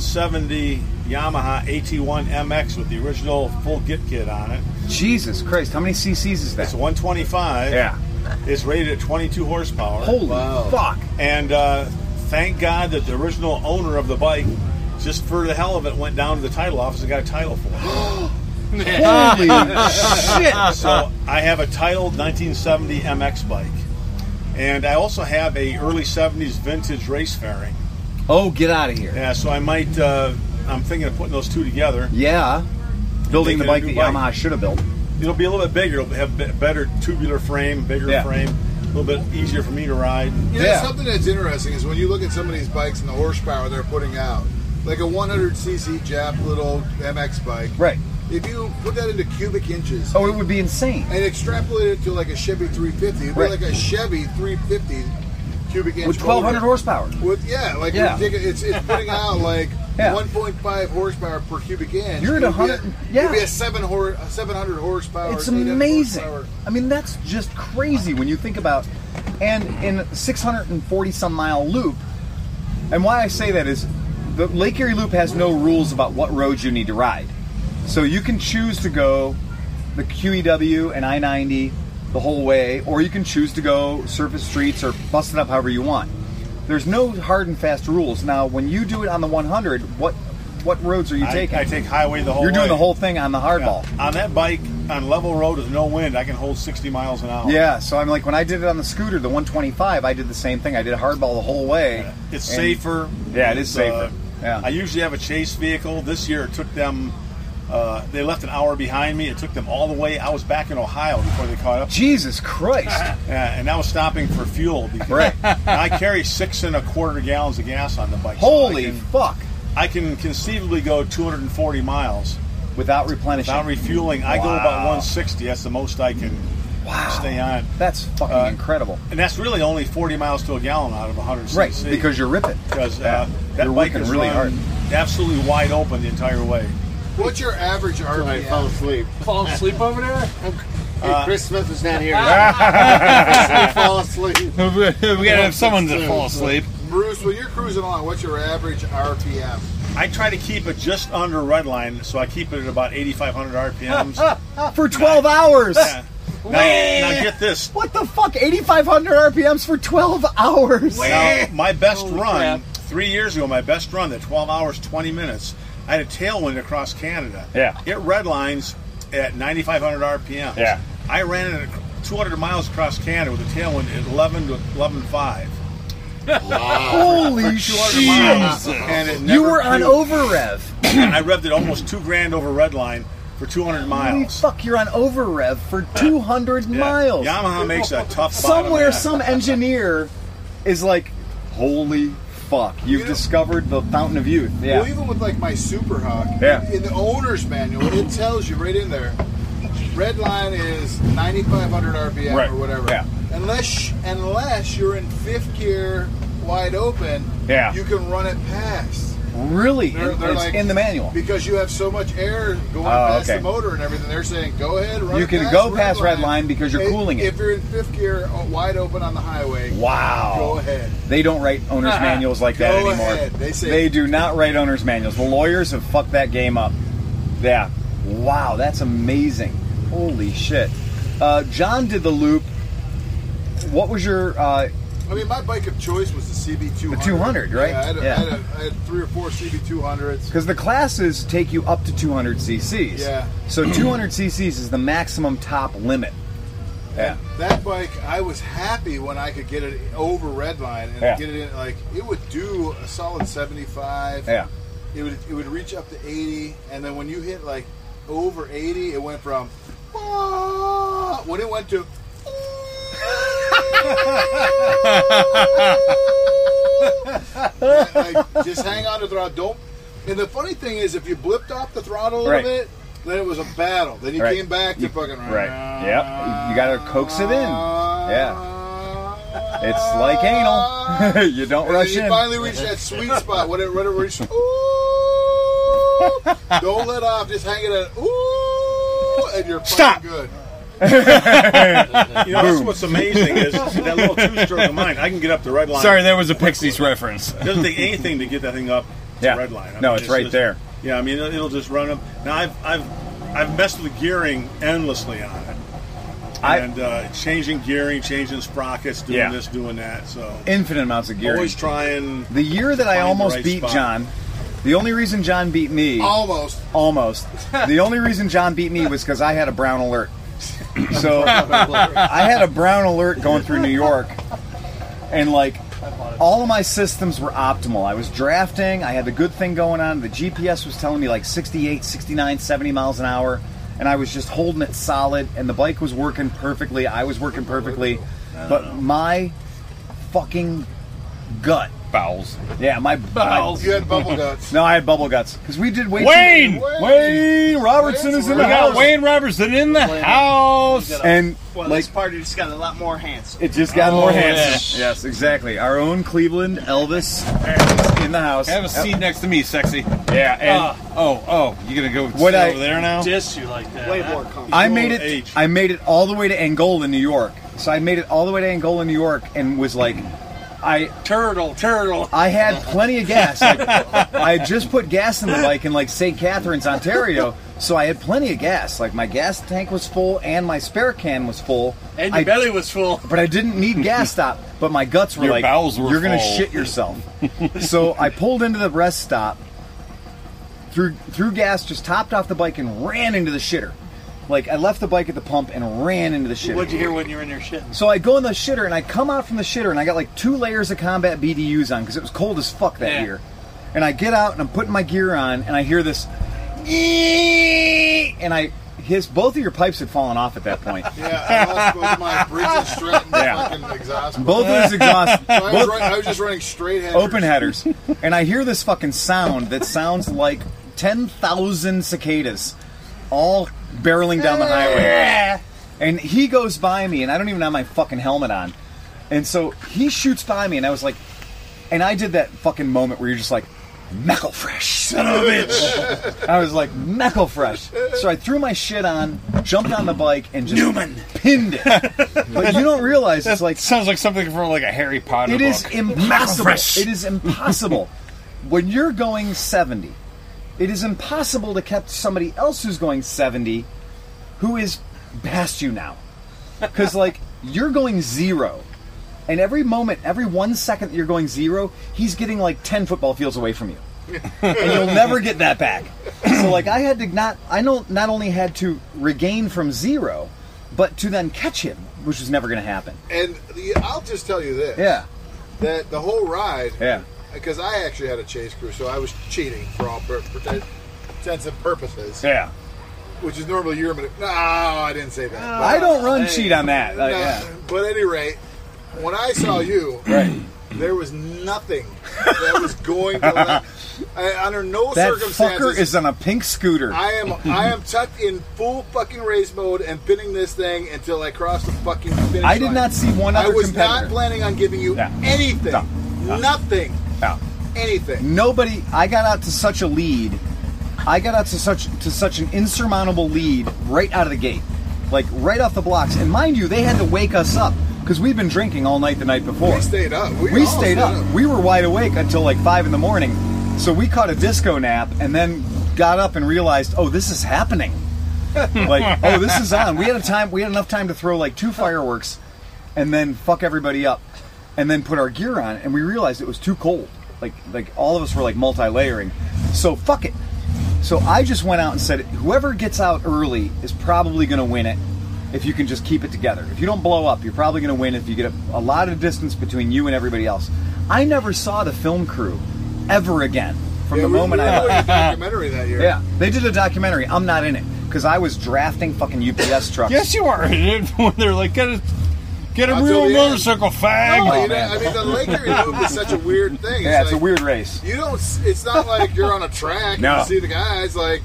C: 1970 Yamaha AT1 MX with the original full git kit on it.
B: Jesus Christ, how many cc's is
C: It's
B: that?
C: a 125.
B: Yeah.
C: It's rated at 22 horsepower.
B: Holy fuck.
C: And uh, thank God that the original owner of the bike, just for the hell of it, went down to the title office and got a title for it.
B: Holy shit.
C: so I have a titled 1970 MX bike, and I also have a early 70s vintage race fairing.
B: Oh, get out of here.
C: Yeah, so I might. Uh, I'm thinking of putting those two together.
B: Yeah. Building the
C: Making a
B: bike that
C: new
B: Yamaha
C: bike.
B: should have built.
C: It'll be a little bit bigger. It'll have a better tubular frame, bigger
B: Yeah.
C: frame, a little bit easier for me to ride.
D: You know,
B: Yeah.
D: something that's interesting is when you look at some of these bikes and the horsepower they're putting out, like a 100cc Jap little MX bike.
B: Right.
D: If you put that into cubic inches
B: Oh, it would be insane.
D: and extrapolate it to like a Chevy 350, it'd
B: Right.
D: be like a Chevy 350 cubic inch.
B: With 1,200
D: motor.
B: horsepower.
D: With yeah, like
B: Yeah.
D: ridiculous- It's, it's putting out like
B: Yeah.
D: 1.5 horsepower per cubic inch.
B: You're at
D: It'd be
B: 100
D: a-
B: yeah.
D: it'd be a seven hor- a 700 horsepower.
B: It's
D: 800
B: amazing.
D: horsepower.
B: I mean, that's just crazy when you think about. And in a 640 some mile loop, and why I say that is the Lake Erie Loop has no rules about what roads you need to ride. So you can choose to go the QEW and I 90 the whole way, or you can choose to go surface streets or bust it up however you want. There's no hard and fast rules. Now, when you do it on the 100, what what roads are you
C: I,
B: taking?
C: I take highway the whole.
B: You're doing
C: way.
B: the whole thing on the hardball.
C: On that bike, on level road with no wind, I can hold 60 miles an hour.
B: Yeah, so I'm like when I did it on the scooter, the 125, I did the same thing. I did a hardball the whole way.
C: It's
B: And-
C: safer.
B: Yeah, it is
C: It's,
B: safer.
C: uh,
B: Yeah.
C: I usually have a chase vehicle. This year it took them. Uh, they left an hour behind me. It took them all the way. I was back in Ohio before they caught up.
B: Jesus Christ!
C: Yeah, and I was stopping for fuel because
B: Right.
C: and I carry six and a quarter gallons of gas on the bike. so I
B: Holy
C: can,
B: fuck!
C: I can conceivably go 240 miles
B: Without replenishing.
C: without refueling. I go
B: Wow.
C: about 160. That's the most I can
B: wow.
C: stay on,
B: That's fucking
C: Uh,
B: incredible.
C: and that's really only 40 miles to a gallon out of 100
B: Right,
C: cc.
B: because you're ripping.
C: because uh, that
B: You're
C: bike
B: working
C: is
B: really
C: run
B: hard.
C: absolutely wide open the entire way.
D: What's your average
J: I
D: RPM?
J: fell asleep.
F: Fall asleep over there?
J: Hey,
E: Uh,
J: Chris Smith is not here. I fall asleep.
E: we gotta have someone to fall asleep.
D: Bruce, when you're cruising along, what's your average RPM?
C: I try to keep it just under redline, so I keep it at about 8,500 RPMs.
B: For 12 hours.
C: Yeah. Now, now get this.
B: What the fuck? 8,500 RPMs for 12 hours.
C: Now, my best
I: crap.
C: run, three years ago, my best run, the 12 hours, 20 minutes, I had a tailwind across Canada.
B: Yeah.
C: It redlines at 9,500 RPM.
B: Yeah.
C: I ran it ac- 200 miles across Canada with a tailwind at 11 to 11.5.
B: Holy shit!
C: And it
B: You
C: never
B: were on
C: puked.
B: over rev.
C: And I revved it almost two grand over redline for 200
B: Holy
C: miles.
B: fuck, you're on over rev for 200
C: Yeah.
B: miles.
C: Yamaha makes a tough
B: somewhere
C: bottom
B: some engineer is like holy fuck you've
D: You know-
B: discovered the fountain of youth yeah
D: Well, even with like my Super Hawk,
B: Yeah.
D: in the owner's manual, it tells you right in there red line is 9,500 RPM
B: Right,
D: or whatever.
B: yeah.
D: Unless unless you're in fifth gear, wide open,
B: Yeah.
D: you can run it past.
B: Really?
D: They're-
B: It-
D: they're
B: it's
D: like-
B: in the manual.
D: because you have so much air going
B: Oh,
D: past
B: okay.
D: the motor and everything. They're saying go ahead, run.
B: You
D: it
B: can
D: past
B: go
D: red
B: past red
D: line,
B: line because you're
D: if-
B: cooling it.
D: If you're in fifth gear, uh, wide open on the highway.
B: Wow.
D: Go ahead.
B: They don't write owner's manuals like that
D: Go
B: anymore.
D: ahead. They say-
B: do not write owner's manuals. The lawyers have fucked that game up. Yeah. Wow, that's amazing. Holy shit. Uh, John did the loop. What was your. Uh,
D: I mean, my bike of choice was the CB200.
B: The 200, right?
D: Yeah, I had, a, I
B: Yeah.
D: had, a, I had three or four CB200s.
B: Because the classes take you up to 200 cc's.
D: Yeah.
B: So 200 cc's is the maximum top limit. Yeah.
D: That bike, I was happy when I could get it over red line and
B: Yeah.
D: get it in. Like it would do a solid seventy-five.
B: Yeah.
D: It would it would reach up to eighty, and then when you hit like over eighty, it went from "Ah," when it went to like just hang on to the throttle. Don't. And the funny thing is, if you blipped off the throttle a little
B: Right.
D: bit, then it was a battle. Then you
B: Right.
D: came back to fucking
B: Right. Yep. You got to coax it in. Yeah. It's like anal. you don't
D: And then
B: rush
D: you
B: in.
D: finally reach that sweet spot when it when it reached. Don't let off. Just hang it at ooh, and you're
B: Stop.
D: fucking good.
C: You know, that's what's amazing is that little two-stroke of mine. I can get up the red line.
K: Sorry, that was a Pixies reference.
C: It doesn't take anything to get that thing up to
K: Yeah.
C: red line. I
K: No, it's right
C: just-
K: there.
C: Yeah, I mean it'll, it'll just run up. Now I've I've I've messed with gearing endlessly on it,
B: I-
C: and uh, changing gearing, changing sprockets, doing
B: Yeah.
C: this, doing that. So
B: Infinite amounts of gear.
C: always trying.
B: The year that I
C: Find the
B: almost
C: right
B: beat
C: spot.
B: John, the only reason John beat me
D: Almost.
B: almost the only reason John beat me was because I had a brown alert. So I had a brown alert going through New York, and like all of my systems were optimal. I was drafting, I had the good thing going on. The GPS was telling me like 68, 69, 70 miles an hour, and I was just holding it solid, and the bike was working perfectly. I was working perfectly, but my fucking gut.
K: Bowels.
B: Yeah, my
K: Bowels.
D: You had bubble guts.
B: no, I had bubble guts because we did way too-
K: Wayne!
D: Wayne!
B: Wayne Robertson is in
K: We
B: the
K: got
B: house.
K: Wayne Robertson in the house.
B: And
J: Well,
B: like
J: this party just got a lot more handsome.
B: it just got more
K: Oh, yeah.
B: handsome. Yes, exactly. Our own Cleveland Elvis in the house.
K: Have a
B: Yep.
K: seat next to me, sexy. Yeah. And oh, oh, you gonna go
B: What
K: sit
B: I-
K: over there now?
E: Diss you like that.
J: Way more comfortable.
B: I made it.
C: Age.
B: I made it all the way to Angola, New York. So I made it all the way to Angola, New York, and was like, I
K: turtle, turtle.
B: I had plenty of gas. Like, I had just put gas in the bike in like St. Catharines, Ontario, so I had plenty of gas. Like my gas tank was full and my spare can was full.
E: And your
B: I,
E: belly was full.
B: but I didn't need gas stop. But my guts were
K: Your
B: like,
K: bowels were
B: "You're gonna
K: full."
B: shit yourself." so I pulled into the rest stop, threw threw gas, just topped off the bike and ran into the shitter. Like I left the bike at the pump and ran into the shitter.
E: What'd you hear when you were in your shit?
B: So I go in the shitter and I come out from the shitter and I got like two layers of combat BDUs on because it was cold as fuck that
E: Yeah.
B: year. And I get out and I'm putting my gear on and I hear this, "Eeeeee," and I his both of your pipes had fallen off at that point.
D: Yeah, I lost both of my Briggs and Stratton fucking exhaust.
B: both of his
D: So
B: exhaust,
D: I, was
B: both
D: run, I was just running straight headers.
B: open headers, and I hear this fucking sound that sounds like ten thousand cicadas, all barreling down the highway. And he goes by me, and I don't even have my fucking helmet on. And so he shoots by me, and I was like, and I did that fucking moment where you're just like, Meckle fresh, son of a bitch. I was like, Meckle fresh. So I threw my shit on, jumped on the bike, and just pinned it. But you don't realize it's like
K: Sounds like something from like a Harry Potter
B: it is
K: book.
B: impossible.
K: Macrofresh.
B: It is impossible. when you're going 70, it is impossible to catch somebody else who's going 70 who is past you now. Because, like, you're going zero. And every moment, every one second that you're going zero, he's getting like 10 football fields away from you. and you'll never get that back. So, like, I had to not, I don't, not only had to regain from zero, but to then catch him, which was never going to happen.
D: And the, I'll just tell you this.
B: Yeah.
D: That the whole ride.
B: Yeah.
D: Because I actually had a chase crew, so I was cheating for all pur- pretend, intents and purposes.
B: Yeah.
D: Which is normally your minute. No, I didn't say that. But-
B: I don't run cheat on that. Like,
D: No,
B: yeah.
D: But at any rate, when I saw you, there was nothing that was going to. let- I, under no
B: that
D: circumstances
B: fucker is on a pink scooter.
D: I am I am tucked in full fucking race mode and pinning this thing until I cross the fucking finish
B: I did
D: line.
B: not see one
D: I
B: other
D: was
B: competitor.
D: not planning on giving you anything.
B: No. No.
D: Nothing.
B: No.
D: Anything.
B: Nobody. I got out to such a lead. I got out to such to such an insurmountable lead right out of the gate, like right off the blocks. And mind you, they had to wake us up because we've been drinking all night the night before.
D: We stayed up. We,
B: We,
D: all
B: stayed up. We were wide awake until like five in the morning, so we caught a disco nap and then got up and realized, oh, this is happening. like, oh, this is on. We had a time. We had enough time to throw like two fireworks, and then fuck everybody up, and then put our gear on. And we realized it was too cold. Like, like all of us were like multi-layering. So fuck it. So I just went out and said, whoever gets out early is probably going to win it if you can just keep it together. If you don't blow up, you're probably going to win if you get a, a lot of distance between you and everybody else. I never saw the film crew ever again from
D: Yeah,
B: the
D: we-
B: moment
D: we
B: I
D: were
B: left.
D: doing a documentary that year.
B: Yeah, they did a documentary. I'm not in it because I was drafting fucking UPS trucks.
K: Yes, you are. when they're like, get a, get a
B: Not till
K: real
B: the end.
K: motorcycle, fag.
B: No,
D: No,
B: Oh,
D: you know,
B: man.
D: I mean, the Laker Loop is such a weird thing.
B: yeah, it's
D: like,
B: a weird race.
D: You don't. s- It's not like you're on a track
B: No.
D: and you see the guys. Like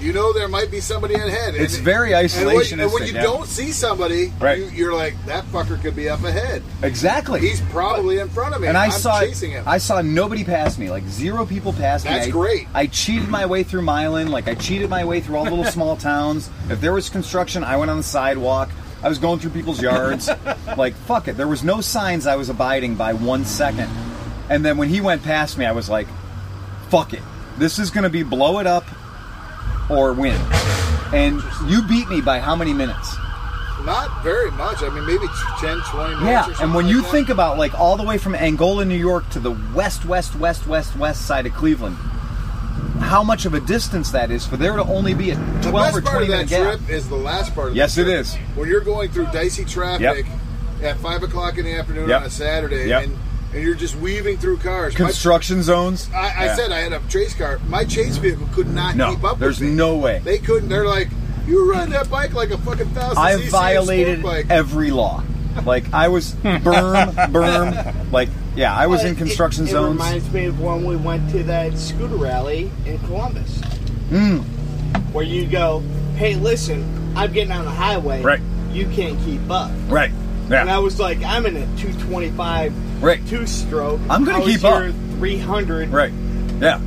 D: you know, there might be somebody ahead.
B: It's
D: and,
B: very
D: And when, and
B: isolationistic,
D: when you
B: yeah.
D: don't see somebody,
B: Right.
D: you, you're like, that fucker could be up ahead.
B: Exactly.
D: He's probably in front of me.
B: and I
D: I'm
B: saw
D: chasing him.
B: I saw nobody pass me, like zero people pass me.
D: That's
B: I-
D: great.
B: I cheated my way through Milan, like I cheated my way through all the little small towns. If there was construction, I went on the sidewalk. I was going through people's yards. like fuck it, there was no signs I was abiding by one second. And then when he went past me, I was like, fuck it. This is going to be blow it up or win. And you beat me by how many minutes?
D: Not very much. I mean, maybe 10, 20 minutes.
B: Yeah,
D: or something
B: and when
D: like
B: you
D: that.
B: think about like all the way from Angola, New York to the west, west, west, west, west side of Cleveland, how much of a distance that is for there to only be a
D: the
B: twelve
D: best
B: or
D: part
B: twenty
D: of that
B: minute gap.
D: trip is the last part. Of
B: Yes,
D: the
B: it
D: trip.
B: is.
D: When you're going through dicey traffic at five o'clock in the afternoon
B: Yep.
D: on a Saturday,
B: Yep.
D: and, and you're just weaving through cars. My-
B: Construction zones.
D: I, I
B: Yeah.
D: said I had a chase car. My chase vehicle could not
B: no.
D: keep up.
B: There's
D: with me.
B: no way.
D: They couldn't. They're like, you were riding that bike like a fucking thousand.
B: I
D: cc
B: violated
D: sport bike.
B: every law. Like I was berm, berm. Like yeah, I was in construction
L: it, it
B: zones.
L: reminds me of when we went to that scooter rally in Columbus,
B: Mm.
L: where you go, "Hey, listen, I'm getting on the highway.
B: Right.
L: You can't keep up."
B: Right. Yeah.
L: And I was like, "I'm in a 225
B: Right.
L: two-stroke.
B: I'm gonna
L: How is
B: keep up.
L: your 300
B: Right. Yeah.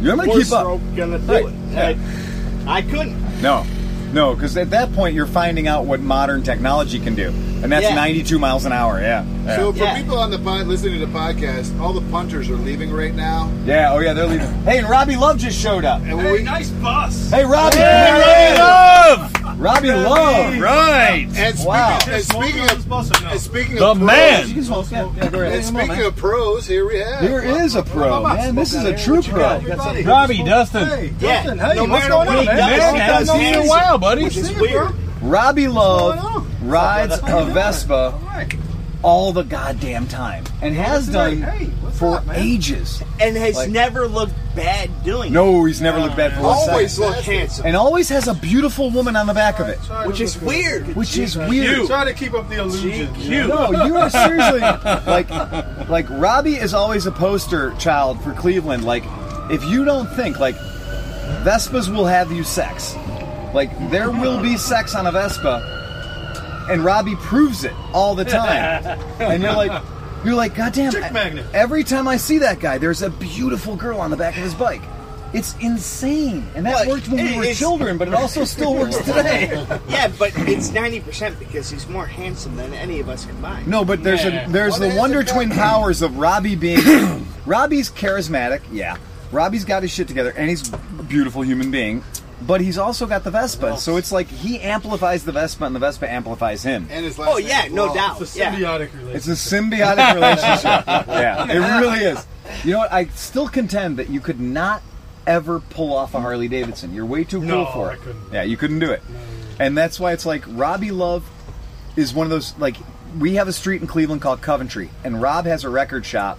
B: Yeah, I'm gonna keep up.
L: four-stroke Gonna do
B: Right.
L: it.
B: Yeah.
L: And I, I couldn't.
B: No, no, because at that point you're finding out what modern technology can do, and that's
D: Yeah.
B: 92 miles an hour. Yeah. yeah.
D: So for people on the pod listening to the podcast, all the punters are leaving right now.
B: Yeah, oh yeah, they're leaving. Hey, and Robbie Love just showed up.
D: And hey, nice bus.
B: Hey, Robbie!
D: Hey,
B: Robbie Love! Robbie Love!
K: Right.
D: And speaking,
B: Wow.
D: and speaking of and speaking
B: The
D: of pros,
B: man. You can smoke, yeah. Yeah, go ahead.
D: And
B: Come on,
D: speaking
B: man.
D: of pros, here we have.
B: Here is a pro, man. This is a true pro.
K: Robbie, Dustin.
B: Dustin,
L: hey, no what's matter going on, what man? he does,
K: Man,
L: he
K: I haven't
L: does
K: known you in a
L: his-
K: while, buddy.
L: which is
K: See ya,
L: weird.
K: bro.
B: Robbie Love rides a Vespa all the goddamn time and has done for ages.
L: and has
B: Like-
L: never looked bad doing
B: No, he's never looked bad for one second.
L: Always looked handsome.
B: And always has a beautiful woman on the back of it.
L: it, which is weird.
B: Which is weird.
L: Try
D: to keep up the
L: illusion.
B: No, you are seriously like like Robbie is always a poster child for Cleveland. Like if you don't think like Vespas will have you sex. Like there will be sex on a Vespa and Robbie proves it all the time. And you're like you're like goddamn Every time I see that guy there's a beautiful girl on the back of his bike. It's insane. And that worked when we were children, but it also still works today.
L: yeah, but it's ninety percent because he's more handsome than any of us combined.
B: No, but there's a there's the Wonder Twin powers of Robbie being Robbie's charismatic, yeah. Robbie's got his shit together and he's a beautiful human being. But he's also got the Vespa, so it's like he amplifies the Vespa and the Vespa amplifies him.
D: And his last
L: Oh yeah, no doubt. yeah.
B: It's a symbiotic relationship. yeah, it really is. You know what? I still contend that you could not ever pull off a Harley Davidson. You're way too cool
A: No,
B: for
A: I
B: it.
A: couldn't.
B: Yeah, you couldn't do it. And that's why it's like Robbie Love is one of those like we have a street in Cleveland called Coventry, and Rob has a record shop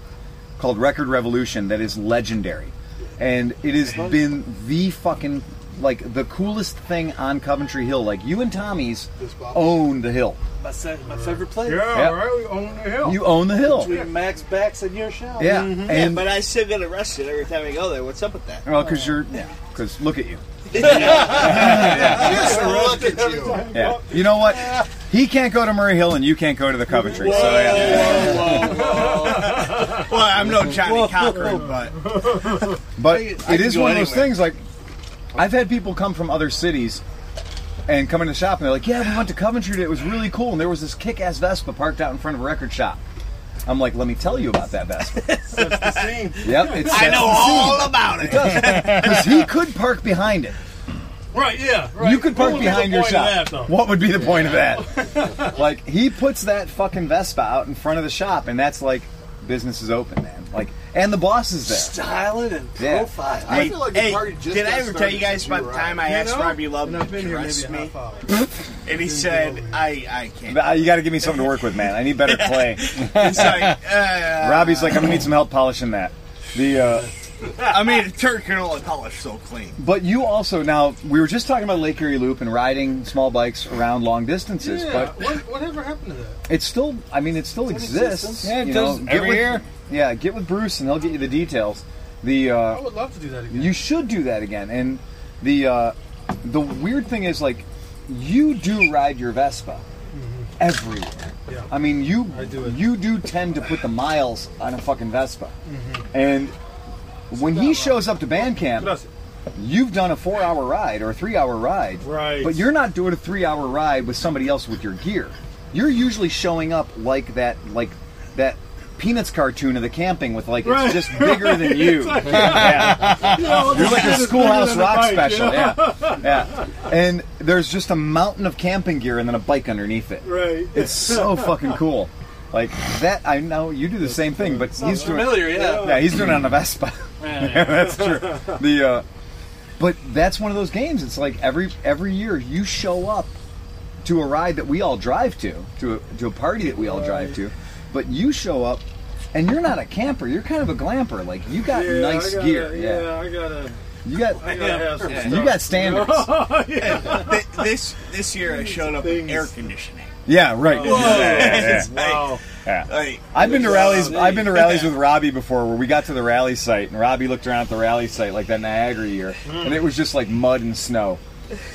B: called Record Revolution that is legendary. And it has been the fucking like the coolest thing on Coventry Hill. Like you and Tommy's
E: This box.
B: own the hill.
E: My, se- my favorite place.
B: Yeah, Yeah. right,
E: We own the hill.
B: You own the hill.
E: Between Max Bax and your shop.
B: Yeah, Mhm. and-
L: Mm-hmm. yeah, but I still get arrested every time I go there. What's up with that?
B: Well,
A: Oh.
B: because you're, because look at you.
L: Just
D: look at you.
B: Yeah. You know what? He can't go to Murray Hill and you can't go to the Coventry. so yeah.
M: Well, I'm no Johnny Cochran, but
B: But
M: I- I
B: it
M: can
B: is
M: go
B: one of those
M: anywhere.
B: things. Like, I've had people come from other cities and come into the shop, and they're like, "Yeah, we went to Coventry. and It was really cool, and there was this kick-ass Vespa parked out in front of a record shop." I'm like, "Let me tell you about that Vespa." Yep, it
M: I know
B: sets the
M: all
B: scene.
M: about
B: It does because he could park behind it.
M: Right? Yeah.
B: You could park
M: What would be the
B: behind your
M: point of
B: shop.
M: that, though?
B: what would be the point of that? like he puts that fucking Vespa out in front of the shop, and that's like business is open, man. Like, and the boss is there.
E: Styling and
B: Yeah.
E: profile.
B: I feel like the
E: hey,
B: party just
E: did
B: got
E: I ever tell
B: started
E: you guys
B: since
E: about
B: you
E: the
B: were
E: time
B: out.
E: I
B: You
E: asked
B: know?
E: Robbie Love
M: And I've
E: to
M: been here
E: dress
M: maybe a
E: me?
M: half
E: And he said, I, I can't.
B: But, uh, You got to give me something to work with, man. I need better clay.
M: It's like, uh,
B: Robbie's like, I'm gonna need some help polishing that. The uh,
M: I mean, a Turk can only polish so clean.
B: but you also now we were just talking about Lake Erie Loop and riding small bikes around long distances,
M: yeah.
B: but
M: what, whatever happened to that?
B: it's still I mean it still
M: It's in
B: exists.
M: existence. Yeah, it
B: you know,
M: does
B: get
M: every
B: with-
M: year.
B: Yeah, get with Bruce and he'll get you the details. The uh,
M: I would love to do that again.
B: You should do that again. And the uh, the weird thing is like you do ride your Vespa everywhere.
M: Mm-hmm. Yeah.
B: I mean you do you do tend to put the miles on a fucking Vespa. And when he shows up to band camp, you've done a four hour ride or a three hour ride. Right. But you're not doing a three hour ride with somebody else with your gear. You're usually showing up like that like that peanuts cartoon of the camping with like
M: Right.
B: it's just bigger than you.
M: Right.
B: Yeah.
M: You know,
B: You're like
M: the
B: a
M: shit is bigger
B: schoolhouse
M: than the
B: rock
M: bike,
B: special.
M: you know?
B: Yeah. yeah. And there's just a mountain of camping gear and then a bike underneath it.
M: Right.
B: It's so fucking cool. Like that, I know you do the same thing, but he's doing
E: familiar, yeah.
B: yeah, he's doing it on a Vespa.
E: Yeah, yeah.
B: Yeah, that's true. The uh, but that's one of those games. It's like every every year you show up to a ride that we all drive to, to a, to a party that we all drive to, but you show up and you're not a camper. You're kind of a glamper. Like you got
M: Yeah, I
B: nice
M: gotta-
B: gear.
M: Yeah,
B: Yeah.
M: I gotta.
B: You got
M: Uh, I gotta have some
B: you
M: stuff.
B: got standards.
M: yeah.
E: Thi- this this year I showed up with air conditioning.
B: Yeah, right.
E: Whoa.
B: Yeah,
E: It's
B: yeah,
E: like-
B: yeah. Yeah.
E: like-
B: I've been to rallies. I've been to rallies with Robbie before, where we got to the rally site and Robbie looked around at the rally site like that Niagara year, and it was just like mud and snow.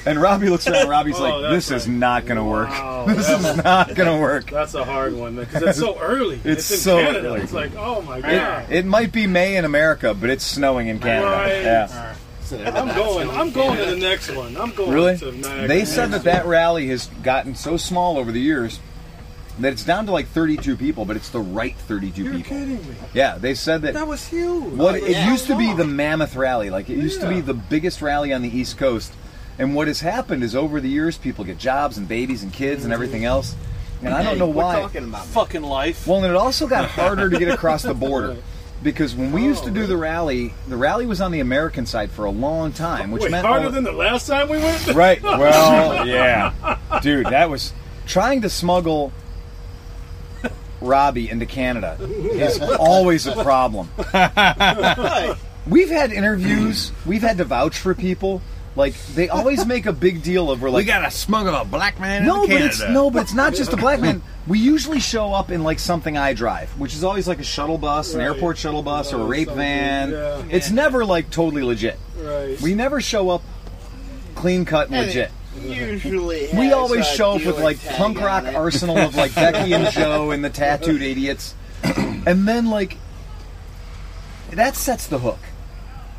B: And Robbie looks around. and Robbie's
A: Oh,
B: like,
A: that's
B: "This is not going to
A: Wow,
B: work. This is
A: that's-
B: not going to work."
A: Oh, That's a hard one because it's so early.
B: It's,
A: in
B: so
A: Canada.
B: early.
A: It's like, oh my god.
B: It, it might be May in America, but it's snowing in Canada.
A: Right.
B: Yeah.
A: I'm going. I'm going to the next one. I'm going
B: Really?
A: to Niagara.
B: They said that that rally has gotten so small over the years that it's down to like 32 people, but it's the right 32
E: You're
B: people.
E: kidding me.
B: Yeah, they said that.
E: That was huge.
A: Oh,
B: What it
E: Yeah.
B: used to be the Mammoth Rally, like it used to be the biggest rally on the East Coast. And what has happened is over the years, people get jobs and babies and kids and everything else. And I don't know
E: Mm-hmm. We're
B: why.
E: talking about fucking life.
B: Well, and it also got harder to get across the border because when we used to
E: Oh,
B: do the rally, the rally was on the American side for a long time, which
A: Wait,
B: meant
A: harder
B: all-
A: than the last time we went.
B: Right. Well, yeah. Dude, that was trying to smuggle Robbie into Canada is always a problem. We've had interviews, we've had to vouch for people. Like they always make a big deal of we're
K: we
B: like
K: gotta smuggle a black man
B: no,
K: into
B: but
K: Canada.
B: it's no, but it's not just a black man. We usually show up in like something I drive, which is always like a shuttle bus, an
M: Right.
B: airport shuttle bus, or a
M: Oh,
B: rape
M: something,
B: van.
M: yeah.
B: It's never like totally legit.
M: Right.
B: We never show up clean cut and
L: And
B: legit.
L: it Usually,
B: We
L: has
B: always
L: a
B: show up with
L: dealer
B: like
L: tag
B: punk
L: on
B: rock
L: it.
B: arsenal of like Becky and Joe and the tattooed idiots, and then like that sets the hook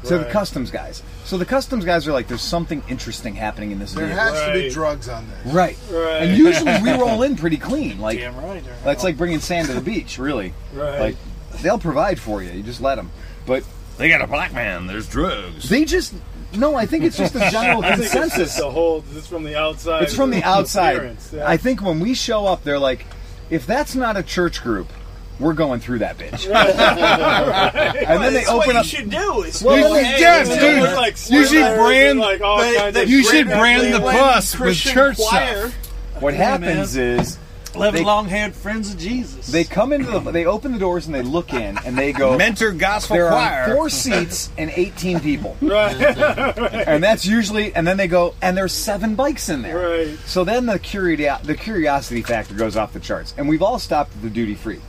B: to the
D: Right.
B: customs guys. So the customs guys are like, "There's something interesting happening in this."
D: There
B: vehicle."
D: has to be drugs on this.
B: Right.
D: Right.
B: And usually we roll in pretty clean. Like
D: Damn right, right.
B: that's like bringing sand to the beach, really.
D: Right.
B: Like they'll provide for you. You just let them. But
K: They got a black man. There's drugs.
B: they just no. I think it's just a general
A: I think
B: consensus.
A: It's just the whole. It's from the outside.
B: It's from the outside.
A: appearance, yeah.
B: I think when we show up, they're like, if that's not a church group, we're going through that bitch. And then they
L: That's what
B: open
L: you
B: up.
L: should do. Is
B: Well,
L: you
B: then they- yes, dude. You should brand-
K: you should brand the bus with church
L: choir.
K: stuff.
B: What happens is
C: Live
B: They-
C: long-haired friends of Jesus.
B: They come into the, they open the doors and they look in and they go
K: Mentor Gospel
B: there
K: Choir."
B: Are four seats and eighteen people.
K: Right.
B: and that's usually and then they go and there's seven bikes in there. Right. So then the curiosity the curiosity factor goes off the charts. And we've all stopped at the duty free.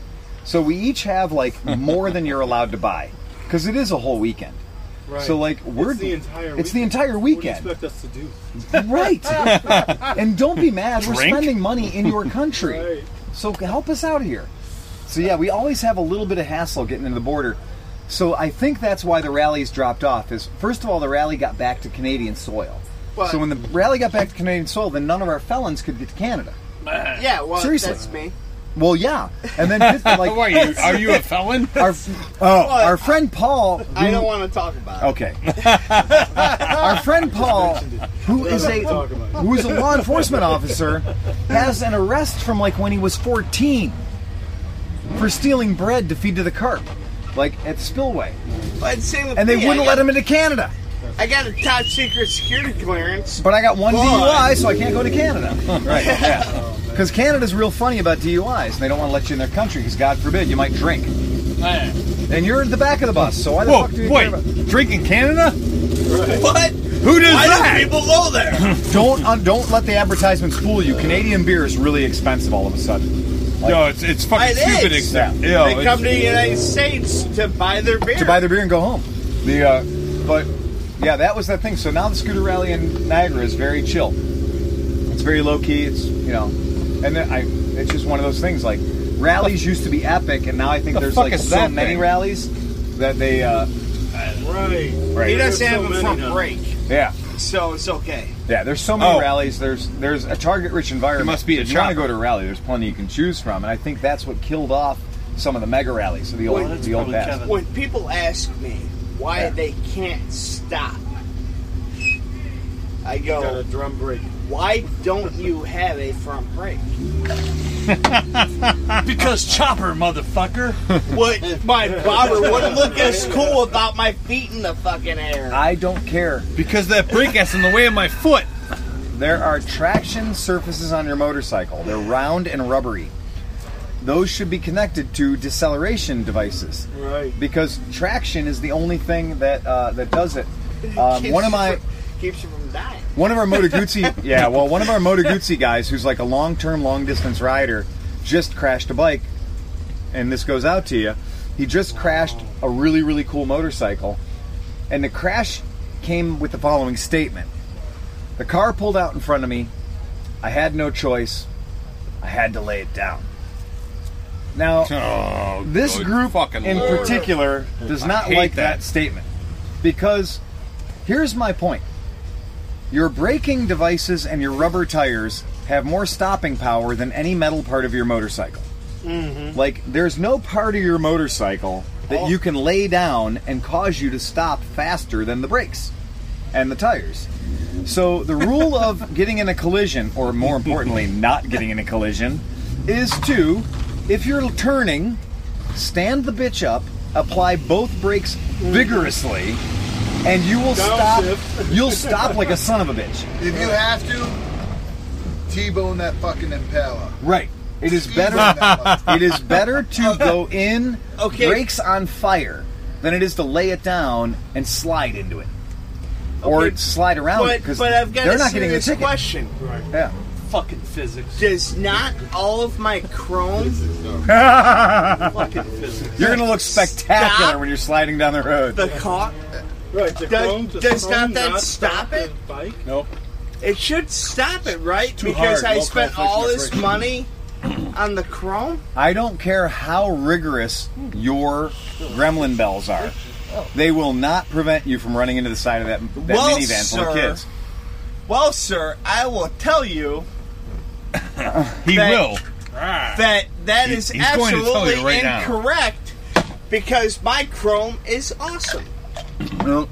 B: So we each have like more than you're allowed to buy because it is a whole weekend. So like we're
M: it's the entire
B: it's the entire weekend.
M: What do you expect us to do?
B: Right. and don't be mad. We're
M: Drink?
B: spending money in your country. So help us out here. So yeah, we always have a little bit of hassle getting into the border. So I think that's why the rallies dropped off. Is first of all, the rally got back to Canadian soil.
L: But-
B: so when the rally got back to Canadian soil, then none of our felons could get to Canada.
L: Yeah, well,
B: Seriously.
L: that's me.
B: Well, yeah, and then just, like,
L: Who are you? Are you a
B: felon? Our, oh, our friend Paul.
L: I don't
B: who-
L: want to talk about it.
B: Okay. Our friend Paul, who is a who is a law enforcement officer, has an arrest from like when he was 14 for stealing bread to feed to the carp, like at Spillway,
L: But same with
B: and they
L: me,
B: wouldn't
L: I
B: let
L: got-
B: him into Canada.
L: I got a top secret security clearance.
B: But I got one
L: But-
B: DUI, so I can't go to Canada. right? Yeah. Because Canada's real funny about DUIs, and they don't want to let you in their country because God forbid you might drink. And you're at the back of the bus, so why the
K: Whoa,
B: fuck do you
K: wait.
B: care about drink in Canada?
K: What? Who does Why do that? people go there?
B: don't uh, don't let the advertisements fool you. Canadian beer is really expensive all of a sudden.
K: No, it's it's fucking
L: It
K: stupid.
L: is.
K: except- Yeah,
L: they
K: it's-
L: come to the United States to buy their beer.
B: to buy their beer and go home. The uh, but yeah, that was that thing. So now the scooter rally in Niagara is very chill. It's very low key. It's you know, and then I it's just one of those things. Like rallies used to be epic, and now I think
K: The
B: there's
K: fuck
B: like
K: is
B: so
K: that
B: many
K: thing?
B: rallies that they uh,
L: Right.
B: Right.
L: He doesn't
B: There's
L: have
B: so
L: them
B: many
L: for
B: now.
L: break,
B: yeah.
L: so it's okay.
B: Yeah, there's so many
L: Oh.
B: rallies. There's there's a target-rich environment.
K: There must be a
B: if you want to
K: chopper.
B: go to a rally, there's plenty you can choose from, and I think that's what killed off some of the mega rallies, so the
L: Oh,
B: old the old past.
L: When people ask me why they can't stop, I go
B: Got a
L: drum break. Why don't you have a front brake?
E: because chopper, motherfucker.
L: What my bobber wouldn't look as cool without my feet in the fucking air.
B: I don't care
K: because that brake gets in the way of my foot.
B: There are traction surfaces on your motorcycle. They're round and rubbery. Those should be connected to deceleration devices. Right. Because traction is the only thing that uh, that does it. Um,
L: Keeps
B: one of
L: you
B: my
L: from- keeps you from dying.
B: one of our Moto Guzzi, yeah, well, one of our Moto Guzzi guys, who's like a long-term, long-distance rider, just crashed a bike, and this goes out to you. He just crashed a really, really cool motorcycle, and the crash came with the following statement: The car pulled out in front of me. I had no choice. I had to lay it down. Now,
K: Oh,
B: this
K: good
B: group
K: fucking
B: in
K: Lord.
B: particular does
K: I
B: not
K: hate
B: like that
K: that.
B: statement because here's my point. Your braking devices and your rubber tires have more stopping power than any metal part of your motorcycle.
A: Mm-hmm.
E: Mm-hmm.
B: Like, there's no part of your motorcycle that you can lay down and cause you to stop faster than the brakes and the tires. So, the rule of getting in a collision, or more importantly, not getting in a collision, is to, if you're turning, stand the bitch up, apply both brakes vigorously, and you will stop. You'll stop like a son of a bitch.
D: If you have to, T-bone that fucking Impala.
B: Right. It is
D: Excuse
B: better.
D: me on that
B: it is better to go in
L: Okay.
B: brakes on fire than it is to lay it down and slide into it, or
L: Okay,
B: slide around it
L: But,
B: because
L: but I've got
B: they're
L: a
B: not getting the
L: serious
B: ticket.
L: question.
B: Yeah.
E: Fucking physics.
L: Does not all of my chrome
B: You're gonna look spectacular
L: Stop.
B: when you're sliding down the road.
L: the car
A: Right, the
L: does,
A: chrome- the
L: does
A: chrome
L: not that
A: not
L: stop it?
A: Bike?
K: Nope.
L: It should stop it, right?
B: Too
L: because
B: hard.
L: I
B: No
L: spent
B: conflict
L: all
B: with
L: this
B: friction.
L: money on the chrome.
B: I don't care how rigorous your gremlin bells are. They will not prevent you from running into the side of that, that
L: Well,
B: minivan full
L: sir.
B: of kids.
L: Well, sir, I will tell you
K: He
L: That-
K: will.
B: Ah.
L: that that
K: He-
L: is
K: he's going to tell
L: absolutely
K: you right now.
L: incorrect because my chrome is awesome.
B: No.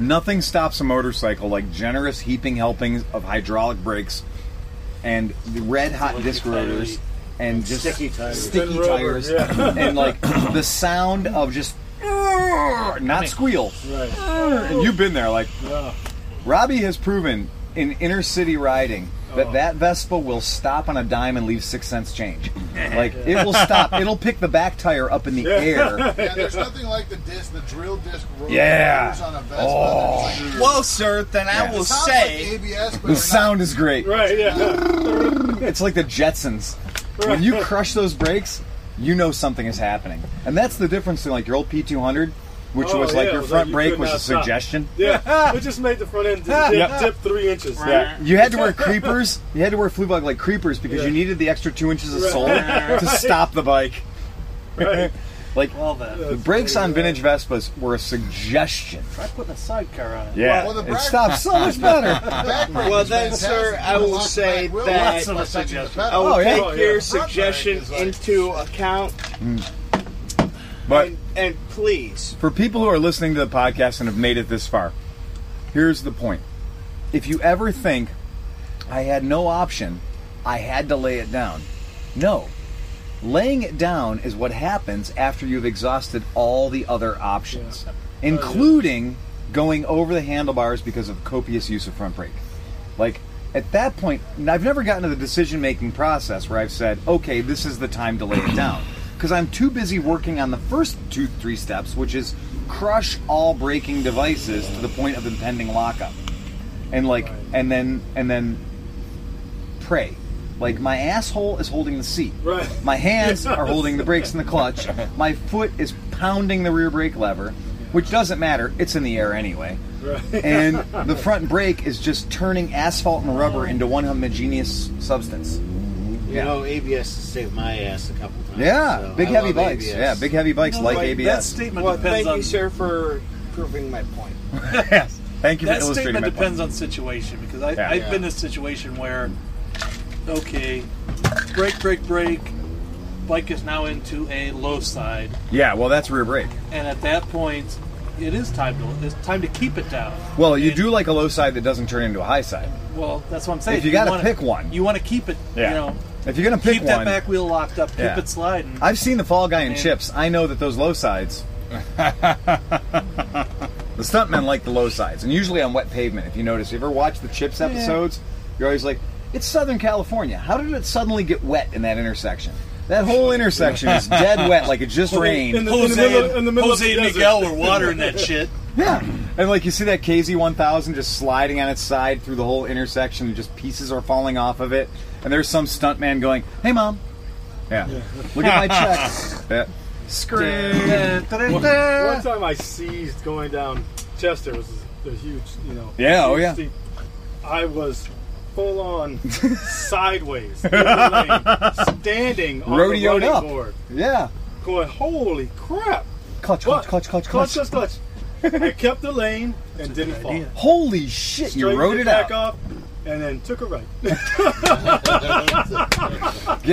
B: Nothing stops a motorcycle like generous heaping helpings of hydraulic brakes and the red hot disc rotors and just
J: Sticky tires.
B: sticky
J: Thin rubber,
B: tires,
J: yeah.
B: and like the sound of just not squeal. And you've been there, like Robbie has proven in inner city riding
D: Oh.
B: that that Vespa will stop on a dime and leave six cents change. Like it will stop. It'll pick the back tire up in the air.
D: Yeah, there's nothing like the disc, the drill disc. ro-
B: Yeah.
D: rollers On a Vespa.
B: Oh.
D: There's like-
N: Well, sir, then I
D: It
N: will
D: sounds
N: say.
D: like ABS, but
B: The sound is great.
A: Right,
B: yeah. it's like the Jetsons. When you crush those brakes, you know something is happening. And that's the difference in like your old P200, which
A: Oh,
B: was like
A: yeah, it
B: your
A: was
B: front
A: like you
B: brake
A: could
B: was a
A: not stop.
B: suggestion.
A: Yeah, we just made the front end dip,
B: Yeah.
A: dip three inches.
B: Yeah. You had to wear creepers. You had to wear flue bug like creepers because you needed the extra two inches of sole
A: Right.
B: to stop the bike.
A: Right.
B: like
E: then.
B: the brakes on vintage Vespas were a suggestion.
E: Try putting a sidecar on it.
B: Yeah, it stops so much better.
N: well, then, sir, I will say that
L: Lots of suggestions.
N: I will
B: Oh, yeah.
N: take
B: Oh, yeah.
N: your
L: Front brake
N: suggestion into account
A: Mm.
B: But
N: and please.
B: for people who are listening to the podcast and have made it this far, here's the point. If you ever think I had no option, I had to lay it down. No. Laying it down is what happens after you've exhausted all the other options, including going over the handlebars because of copious use of front brake. Like, at that point, and I've never gotten to the decision making process where I've said, okay, this is the time to lay it down. Because I'm too busy working on the first two, three steps, which is crush all braking devices to the point of impending lockup. And, like, and then, and then pray. Like my asshole is holding the seat. Right. My hands are holding the brakes and the clutch. My foot is pounding the rear brake lever, which doesn't matter. It's in the air anyway.
A: Right.
B: And the front brake is just turning asphalt and rubber into one homogeneous substance.
J: You
B: Yeah.
J: know, ABS has saved my ass a couple times.
B: Yeah,
J: so
B: big
J: I
B: heavy
J: love
B: bikes.
J: ABS.
B: Yeah, big heavy bikes like
J: Like,
B: ABS.
J: that statement
L: Well,
J: depends
L: thank
J: on-
L: you, sir, for proving my point.
B: yes. Thank you for
E: that
B: illustrating
E: statement
B: my
E: depends
B: point.
E: on situation because I,
B: Yeah.
E: I've
B: Yeah.
E: been in a situation where, okay, brake, brake, brake, bike is now into a low side,
B: Yeah, well that's rear brake.
E: and at that point, it is time to it's time to keep it down.
B: Well, you do like a low side that doesn't turn into a high side.
E: Well, that's what I'm saying.
B: If you gotta
E: wanna-
B: pick one.
E: you want to keep it.
B: Yeah.
E: You know,
B: If you're gonna pick
E: keep
B: one-
E: that back wheel locked up, keep
B: Yeah.
E: it sliding.
B: I've seen the fall guy in
E: Man.
B: chips. I know that those low sides. the stuntmen like the low sides, and usually on wet pavement. If you notice, you ever watch the chips
E: Yeah.
B: episodes, you're always like, "It's Southern California. How did it suddenly get wet in that intersection? That whole intersection is dead wet, like it just rained."
E: Jose, and Jose and Miguel were watering that shit.
B: Yeah. And like you see that KZ1000 just sliding on its side through the whole intersection, and just pieces are falling off of it. And there's some stuntman going, "Hey, mom." Yeah. Look at my check. Yeah. Scream.
A: One one time I seized going down Chester was a huge, you know.
B: Yeah, oh
A: huge
B: yeah.
A: steep- I was full on sideways, in the lane, standing on
B: Rodeoed
A: the running
B: up.
A: board,
B: Yeah.
A: going, "Holy crap!"
B: Clutch, clutch, clutch, clutch,
A: Clutch,
B: clutch.
A: clutch, clutch. I kept the lane and didn't fall.
B: Holy shit, you
A: Straightened
B: rode it
A: back
B: out.
A: up and then took a right.
B: Get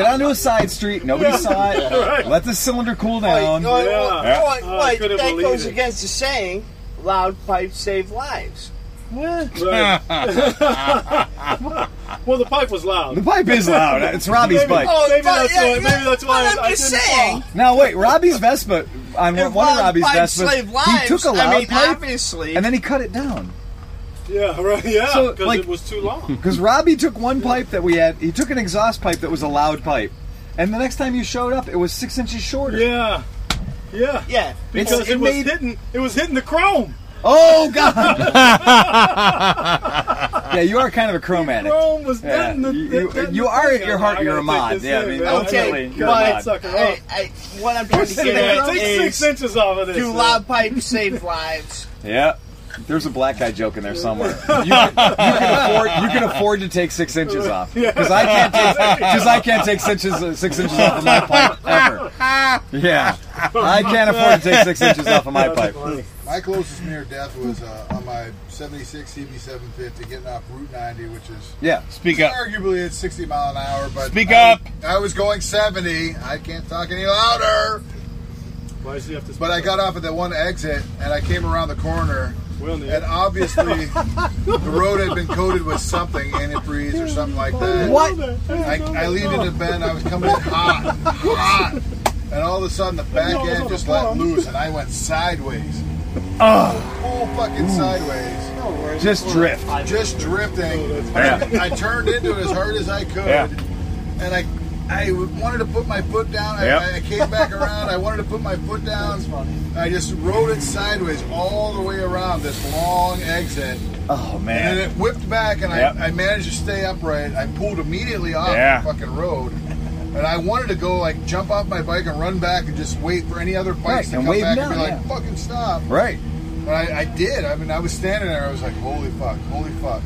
B: onto a side street. Nobody
A: Yeah.
B: saw it.
A: Right.
B: Let the cylinder cool down.
N: Oh,
B: Yeah.
N: oh, oh,
A: I
N: oh,
A: couldn't
N: that
A: believe
N: goes
A: it.
N: against the saying, loud pipes save lives.
E: What?
A: well, the pipe was loud.
B: The pipe is loud. It's Robbie's
A: maybe,
B: bike.
N: Oh,
A: Maybe
N: but-
A: that's
N: yeah,
A: why.
N: yeah,
A: Maybe that's why
N: but
A: I
N: I'm
A: didn't
N: just
A: fall.
N: saying.
B: Now wait, Robbie's Vespa. On
N: If
B: one of
N: loud
B: Robbie's
N: pipes
B: Vespas,
N: save
B: he
N: lives,
B: took a
N: I
B: loud
N: mean,
B: pipe,
N: obviously.
B: and then he cut it down.
A: Yeah, right. Yeah,
B: So,
A: because
B: like-
A: it was too long.
B: Because Robbie took one pipe that we had, he took an exhaust pipe that was a loud pipe. And the next time you showed up, it was six inches shorter.
A: Yeah, yeah,
N: Yeah.
A: Because
B: It's-
A: it,
B: it
A: was
B: made-
A: hitting. It was hitting the chrome.
B: Oh, God! yeah, you are kind of a chrome addict.
A: Chrome was
B: Yeah.
A: hitting the.
B: You-
A: the-
B: you-
A: the-
B: you are at
A: thing.
B: your
A: I'm
B: heart,
A: like,
B: you're a
A: I gotta
B: mod.
A: take this
B: Yeah, I
A: thing,
B: mean,
A: man.
N: Okay,
A: You're a mod.
N: but
A: Sucker, huh?
N: I, I, what I'm trying to get
A: Yeah,
N: at
A: take
N: is,
A: six inches off of this.
N: do
A: man.
N: loud pipes save lives?
B: Yeah. There's a black guy joke in there somewhere. You can, you can afford, you can afford to take six inches off because I can't take because I can't take six inches six inches off of my pipe ever. Yeah, I can't afford to take six inches off of my pipe.
D: My closest near death was uh, on my 76 CB750 getting off Route 90, which is
B: Yeah,
K: Speak up.
D: Arguably, it's 60 mile an hour, but
K: Speak
D: I-
K: up.
D: I was going 70. I can't talk any louder.
A: Why does he have to?
D: But I got off at that one exit, and I came around the corner,
A: Will knew.
D: and obviously the road had been coated with something, antifreeze or something like that.
B: What?
D: I, I leaned into bend. I was coming in hot, hot, and all of a sudden the back end just let loose, and I went sideways.
B: Ugh.
D: Full fucking sideways.
B: Just drift.
D: Just drifting.
B: Yeah.
D: I turned into it as hard as I could,
B: Yeah.
D: and I, I wanted to put my foot down. I-
B: Yep.
D: I, I came back around. I wanted to put my foot down. I just rode it sideways all the way around this long exit.
B: Oh
D: And
B: man.
D: then it whipped back, and
B: Yep.
D: I, I managed to stay upright. I pulled immediately off
B: Yeah.
D: the fucking road. And I wanted to go like jump off my bike and run back and just wait for any other
B: Right,
D: bikes to
B: and
D: come
B: wave
D: back
B: down,
D: and be like,
B: yeah.
D: fucking stop.
B: Right.
D: But I, I did. I mean, I was standing there. I was like, holy fuck, holy fuck.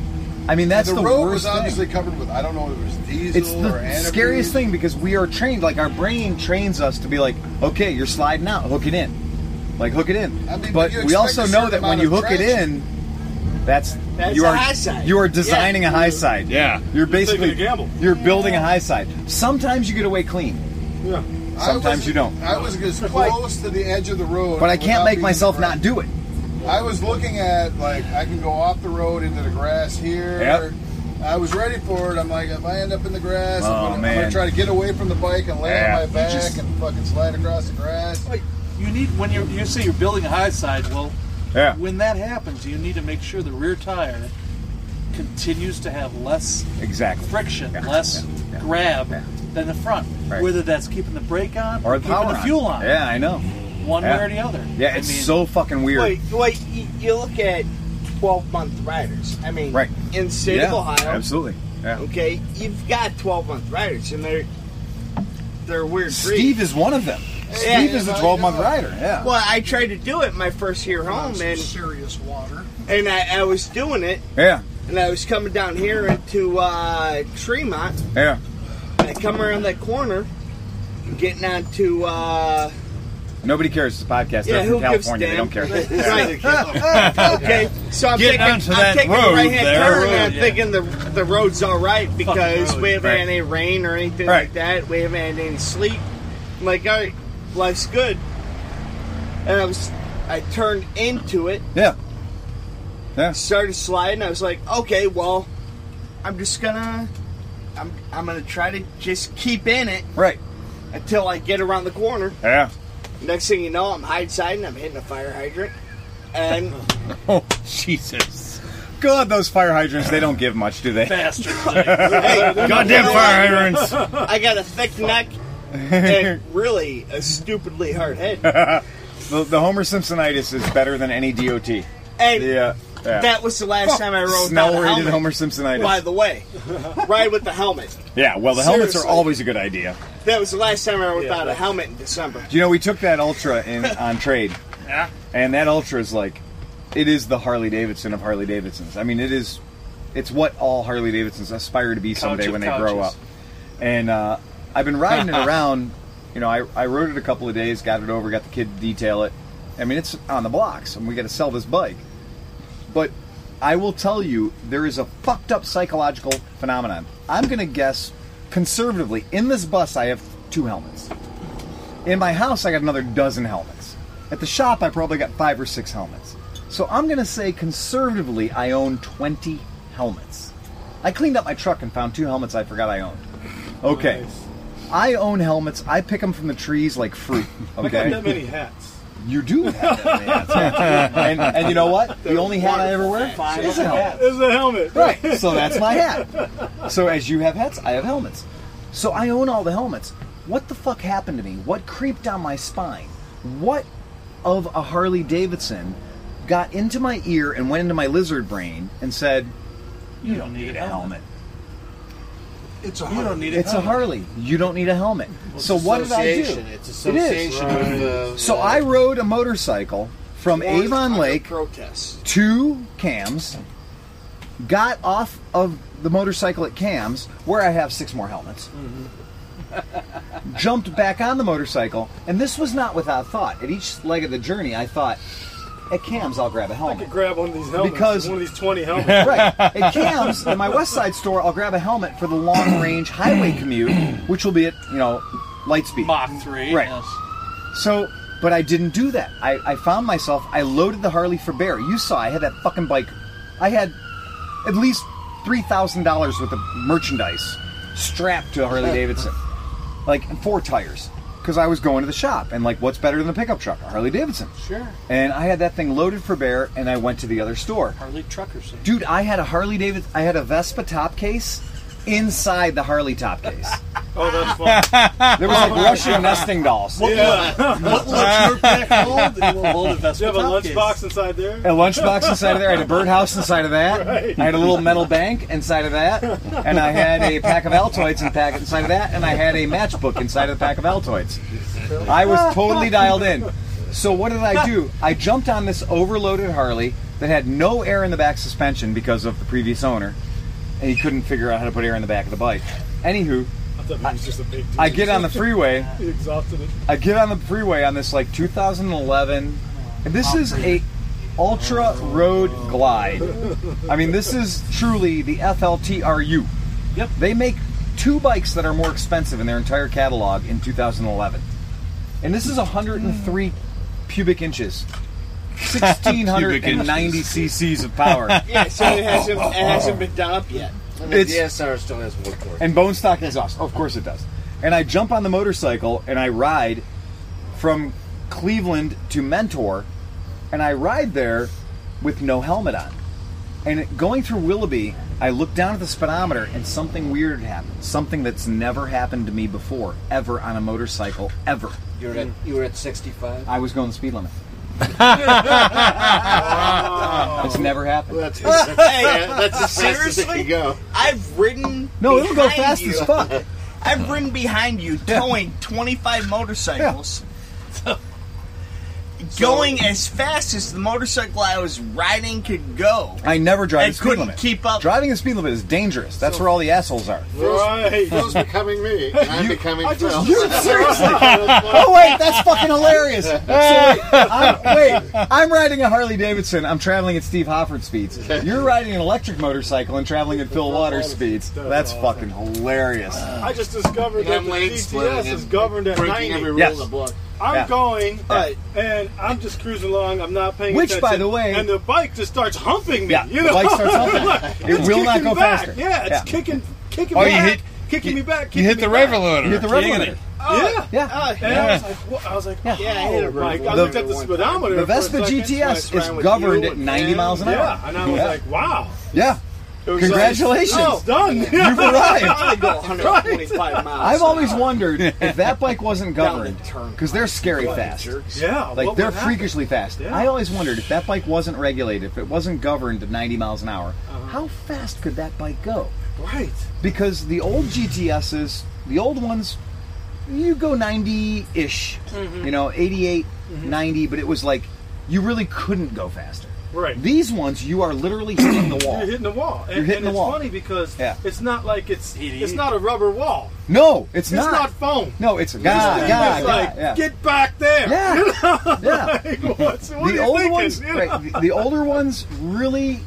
B: I mean, that's
D: And
B: the
D: road
B: worst
D: was
B: thing.
D: obviously covered with I don't know if it was diesel
B: It's
D: or
B: the
D: antifreeze.
B: scariest thing because we are trained, like our brain trains us to be like, okay, you're sliding out, hook it in, like hook it in.
D: mean, but
B: but
D: you
B: we
D: expect
B: also
D: a
B: know
D: certain
B: that when
D: amount
B: you
D: of
B: hook it in, that's,
D: That's
B: you
D: a
B: are
D: high side.
B: you are designing a high side.
K: Yeah,
B: you're basically
D: taking a gamble.
B: you're building a high side. Sometimes you get away clean.
D: Yeah. I
B: Sometimes
D: was-
B: you don't.
D: I was as close to the edge of the road.
B: But I can't
D: without
B: make
D: being
B: myself not do it.
D: I was looking at like I can go off the road into the grass here.
B: Yep.
D: I was ready for it. I'm like, if I end up in the grass,
B: Oh,
D: I'm, gonna, I'm
B: man.
D: gonna try to get away from the bike and lay
B: Yeah.
D: on my
B: You
D: back
B: just-
D: and fucking slide across the grass.
E: You need when you you say you're building a high side. Well,
B: Yeah.
E: when that happens, you need to make sure the rear tire continues to have less
B: Exactly.
E: friction, less grab than the front.
B: Right.
E: Whether that's keeping the brake on
B: Or the
E: keeping
B: power
E: the
B: on.
E: fuel on.
B: Yeah, I know.
E: One
B: Yeah.
E: way or the other.
B: Yeah, it's so fucking weird.
L: Wait, wait, you, you look at 12 month riders. I mean,
B: Right.
L: in the state
B: yeah,
L: of Ohio,
B: Absolutely. Yeah.
L: okay, you've got 12 month riders, and they're they're a weird. breed.
B: Steve is one of them.
L: Yeah.
B: Steve is a 12 month rider. Yeah.
L: Well, I tried to do it my first year home, and serious water. And I, I was doing it,
B: Yeah.
L: and I was coming down here into uh, Tremont.
B: Yeah.
L: And I come around that corner, getting onto. Uh,
B: Nobody cares. It's a podcast.
L: yeah,
B: They're from
L: who gives a
B: California. They
L: damn?
B: don't care.
L: right. okay, so I'm
B: Get
L: taking,
B: onto
L: I'm
B: that
L: taking
B: road
L: the right hand
B: there.
L: turn, and I'm
B: Road,
L: thinking the the road's all right because
B: road.
L: we haven't
B: Right.
L: had any rain or anything
B: Right.
L: like that. We haven't had any sleet. I'm like, all right, life's good. And I was, I turned into it.
B: Yeah. Yeah.
L: Started sliding. I was like, okay, well, I'm just gonna, I'm, I'm gonna try to just keep in it.
B: Right.
L: Until I get around the corner.
B: Yeah.
L: Next thing you know, I'm high side and I'm hitting a fire hydrant. And
B: Oh, Jesus. God, those fire hydrants, they don't give much, do they?
E: Bastards.
B: Goddamn fire hydrants.
L: I got a thick neck and really a stupidly hard head.
B: the, the Homer Simpsonitis is better than any DOT.
L: And
B: yeah, yeah.
L: That was the last time I rode
B: Snell
L: without a
B: rated
L: helmet,
B: Homer Simpsonitis.
L: By the way, ride with the helmet.
B: yeah, well, the helmets are
L: Seriously.
B: always a good idea.
L: That was the last time I rode without a
E: that's-
L: helmet in December.
B: Do you know we took that Ultra in on trade,
E: Yeah.
B: and that Ultra is like, it is the Harley Davidson of Harley Davidsons. I mean, it is, it's what all Harley Davidsons aspire to be someday
E: Couch of
B: when they grow up.
E: couches.
B: And uh, I've been riding it around. You know, I, I rode it a couple of days, got it over, got the kid to detail it. I mean, it's on the blocks, and we got to sell this bike. But I will tell you, there is a fucked up psychological phenomenon. I'm going to guess conservatively in this bus, I have two helmets. In my house, I got another dozen helmets. At the shop, I probably got five or six helmets. So I'm going to say conservatively, I own 20 helmets. I cleaned up my truck and found two helmets I forgot I owned. Okay. I own helmets. I pick them from the trees like fruit.
A: I
B: Okay.
A: got that many hats.
B: You do have that many hats. and, and you know what? The only hat I ever wear is a helmet.
A: It's a helmet.
B: Right. So that's my hat. So as you have hats, I have helmets. So I own all the helmets. What the fuck happened to me? What creeped down my spine? What of a Harley Davidson got into my ear and went into my lizard brain and said, "You don't need a helmet.
M: It's a
E: You don't need a
B: It's a
E: helmet.
B: Harley. You don't need a helmet." so what did I do?
J: association. It's
B: It is.
J: association with the-
B: So
J: the-
B: I rode a motorcycle from
J: Warrant
B: Avon
J: under
B: Lake
L: protest.
B: two cams, got off of the motorcycle at cams, where I have six more helmets, jumped back on the motorcycle, and this was not without thought. At each leg of the journey, I thought, at cams, I'll grab a
A: I
B: helmet.
A: could grab one of these helmets.
B: Because-
A: one of these twenty helmets.
B: right. At Cam's, at my West Side store, I'll grab a helmet for the long range highway commute, which will be at, you know, light speed.
E: Mach 3.
B: Right.
E: yes.
B: So, but I didn't do that. I, I found myself, I loaded the Harley for bear. You saw I had that fucking bike. I had at least $3,000 worth of merchandise strapped to a Harley Davidson. Like, and four tires. because I was going to the shop. And like, what's better than a pickup truck? A Harley Davidson.
E: Sure.
B: And I had that thing loaded for bear, and I went to the other store.
E: Harley Truckers.
B: Dude, I had a Harley Davidson. I had a Vespa top case inside the Harley top case.
A: Oh, that's fun.
B: There was like Russian nesting dolls.
A: What,
B: Yeah.
A: what lunch your pack hold? It will hold a Vespa
E: You have a
A: top
E: lunchbox
A: case. inside there?
B: A lunchbox inside of there. I had a birdhouse inside of that.
A: Right.
B: I had a little metal bank inside of that, and I had a pack of Altoids in pack inside of that, and I had a matchbook inside of the pack of Altoids. I was totally dialed in. So what did I do? I jumped on this overloaded Harley that had no air in the back suspension because of the previous owner, and he couldn't figure out how to put air in the back of the bike. Anywho,
A: I thought it was just a big deal.
B: I get on the freeway.
A: He exhausted it.
B: I get on the freeway on this like 2011, and this is a ultra road glide. I mean, this is truly the FLTRU.
E: Yep.
B: They make two bikes that are more expensive in their entire catalog in 2011, and this is 103 pubic inches. 1690 cc's of power.
L: yeah, so it hasn't, it hasn't been done up yet.
J: And the
B: It's-
J: DSR still has wood core.
B: and bone stock exhaust. Of course it does. And I jump on the motorcycle and I ride from Cleveland to Mentor, and I ride there with no helmet on. And going through Willoughby, I look down at the speedometer and something weird happened. Something that's never happened to me before, ever on a motorcycle, ever.
J: You were at you were at 65.
B: I was going the speed limit. It's never happened.
J: That's, that's, yeah, uh, that's as fast as it
L: Seriously?
J: can go.
L: I've ridden.
B: No, it'll go
L: behind
B: fast
L: you.
B: as fuck.
L: I've ridden behind you, towing 25 motorcycles. Going as fast as the motorcycle I was riding could go.
B: I never drive
L: I
B: the speed
L: couldn't
B: limit.
L: keep up.
B: Driving the speed limit is dangerous. That's where all the assholes are.
J: Phil's, Phil's becoming me, and I'm becoming Phil.
B: You seriously? oh wait, that's fucking hilarious. So wait, I'm, wait, I'm riding a Harley Davidson. I'm traveling at Steve Hofford speeds. You're riding an electric motorcycle and traveling at Phil Waters speeds. That's fucking hilarious.
A: I just discovered
J: And
A: that
J: I'm
A: the
J: lane splitting
A: GTS is
J: and
A: governed at
J: breaking
A: 90.
J: every rule
B: Yes.
J: in the book.
A: I'm
B: Yeah.
A: going, and I'm just cruising along. I'm not paying
B: Which,
A: attention.
B: by the way-
A: and the bike just starts humping me.
B: Yeah,
A: you
B: the
A: know?
B: bike starts humping. It
A: It's
B: will not
A: kicking
B: go
A: back.
B: faster.
A: Yeah, it's
B: Yeah.
A: kicking, kicking
K: Oh, you
A: back,
K: hit-
A: kicking me back.
K: You hit the rev loader.
B: You hit the rev limiter.
A: yeah,
B: yeah.
A: And I was like, what? I was like,
B: Yeah.
A: oh, like, I looked at the speedometer.
B: The
A: for a
B: Vespa
A: second.
B: GTS
A: When I
B: is
A: ran with
B: governed
A: you
B: at
A: and
B: 90
A: Ken,
B: miles an hour.
A: Yeah, and I was
B: Yeah.
A: like, wow.
B: Yeah.
A: It was
B: Congratulations.
A: Like, oh, it's done.
B: You've
A: I
B: arrived.
A: go
L: 125
A: Right.
L: miles.
B: I've always wondered if that bike wasn't
L: Down the
B: governed
L: turnpike.
B: because they're scary
L: Bloody
B: fast.
L: jerks.
A: Yeah,
B: like
A: what
B: they're
A: would happen?
B: freakishly fast.
A: Yeah.
B: I always wondered if that bike wasn't regulated, if it wasn't governed at 90 miles an hour, how fast could that bike go?
A: Uh-huh. Right.
B: Because the old GTSs, the old ones, you go 90 ish,
L: Mm-hmm.
B: you know, 88,
A: Mm-hmm.
B: 90, but it was like you really couldn't go faster.
A: Right.
B: These ones, you are literally hitting the
A: You're
B: wall.
A: hitting the wall. And,
B: You're hitting
A: and
B: the
A: it's
B: wall.
A: funny because
B: Yeah.
A: it's not like it's it's not a rubber wall.
B: No, it's,
A: It's not, foam.
B: No, it's a
A: This
B: guy,
A: thing
B: guy,
A: is like,
B: yeah.
A: get back there.
B: Yeah.
A: You know?
B: Yeah.
A: Like, what's, what are
B: the
A: you
B: older
A: thinking?
B: ones,
A: You know?
B: right, the- the older ones really,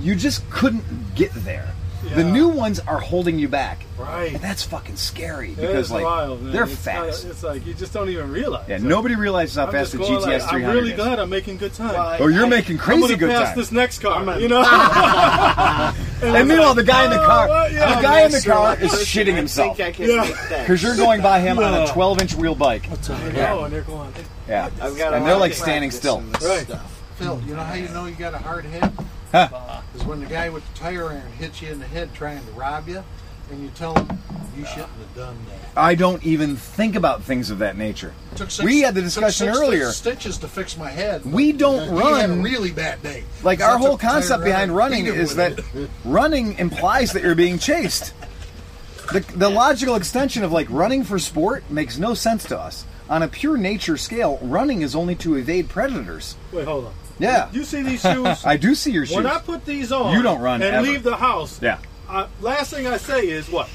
B: you just couldn't get there. The new ones are holding you back,
A: Right.
B: and that's fucking scary
A: It
B: because
A: is
B: like
A: wild, man.
B: they're
A: It's not-
B: fast.
A: it's like you just don't even realize.
B: yeah, nobody realizes how
A: I'm
B: fast
A: just
B: the
A: going
B: GTS
A: like,
B: 300
A: I'm really
B: is.
A: glad I'm making good time.
B: Oh, you're making
A: I'm
B: crazy
A: gonna
B: good
A: pass
B: time.
A: this next car.
B: a-
A: you know.
B: And meanwhile, the guy in the car,
A: Oh, yeah.
B: the guy in the
A: Master
B: car is
A: electrician,
B: shitting
A: I
B: himself
A: think I can make that.
B: because you're going by him on a
A: Yeah.
B: 12 inch wheel bike.
A: Yeah. Oh, and they're going.
B: Yeah,
J: I've got a
B: and they're
J: lot
B: like
J: of
B: standing
J: practice
B: still.
J: in this
A: Right.
J: stuff.
M: Phil, you know how you know you got a hard hit?
B: Huh.
M: Is when the guy with the tire iron hits you in the head trying to rob you, and you tell him you shouldn't have done that.
B: I don't even think about things of that nature.
M: Took six-
B: We had the
M: took
B: discussion
M: six
B: earlier.
M: Stitches to fix my head.
B: We don't
M: He had a
B: run-
M: really bad day.
B: Like
M: So I
B: our whole
M: took the tire
B: concept
M: iron
B: behind
M: and
B: running
M: beat him with
B: is that
M: it.
B: running implies that you're being chased. The, the logical extension of like running for sport makes no sense to us. On a pure nature scale, running is only to evade predators.
A: Wait, hold on.
B: Yeah.
A: You see these shoes?
B: I do see your shoes.
A: When I put these on,
B: You don't run
A: and
B: ever.
A: leave the house.
B: Yeah.
A: I, last thing I say is what?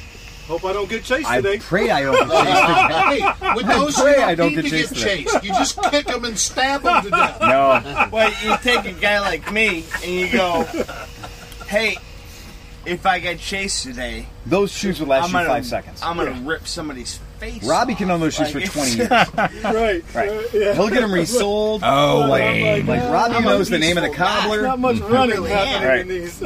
A: Hope I don't get chased
B: I
A: today.
B: pray I don't get
M: Hey,
B: chased.
M: with
B: I
M: those,
B: pray
M: you don't,
B: I
M: need
B: don't get
M: to
B: chased
M: get
B: today.
M: chased. You just kick them and stab them to death.
B: No.
L: Well, you take a guy like me and you go, hey, if I get chased today,
B: Those shoes would last
L: I'm
B: you
L: gonna,
B: five seconds.
L: I'm gonna rip somebody's face.
B: Robbie can own those shoes
L: off.
B: for
L: Like,
B: 20 years.
L: it's-
A: right.
B: Right.
A: yeah.
B: He'll get them resold.
K: Oh,
B: Like,
K: wait.
B: Like, Robbie
A: I'm a
B: knows the name of the
A: peaceful guy.
B: cobbler.
A: Not much running happening
B: Right.
A: in these.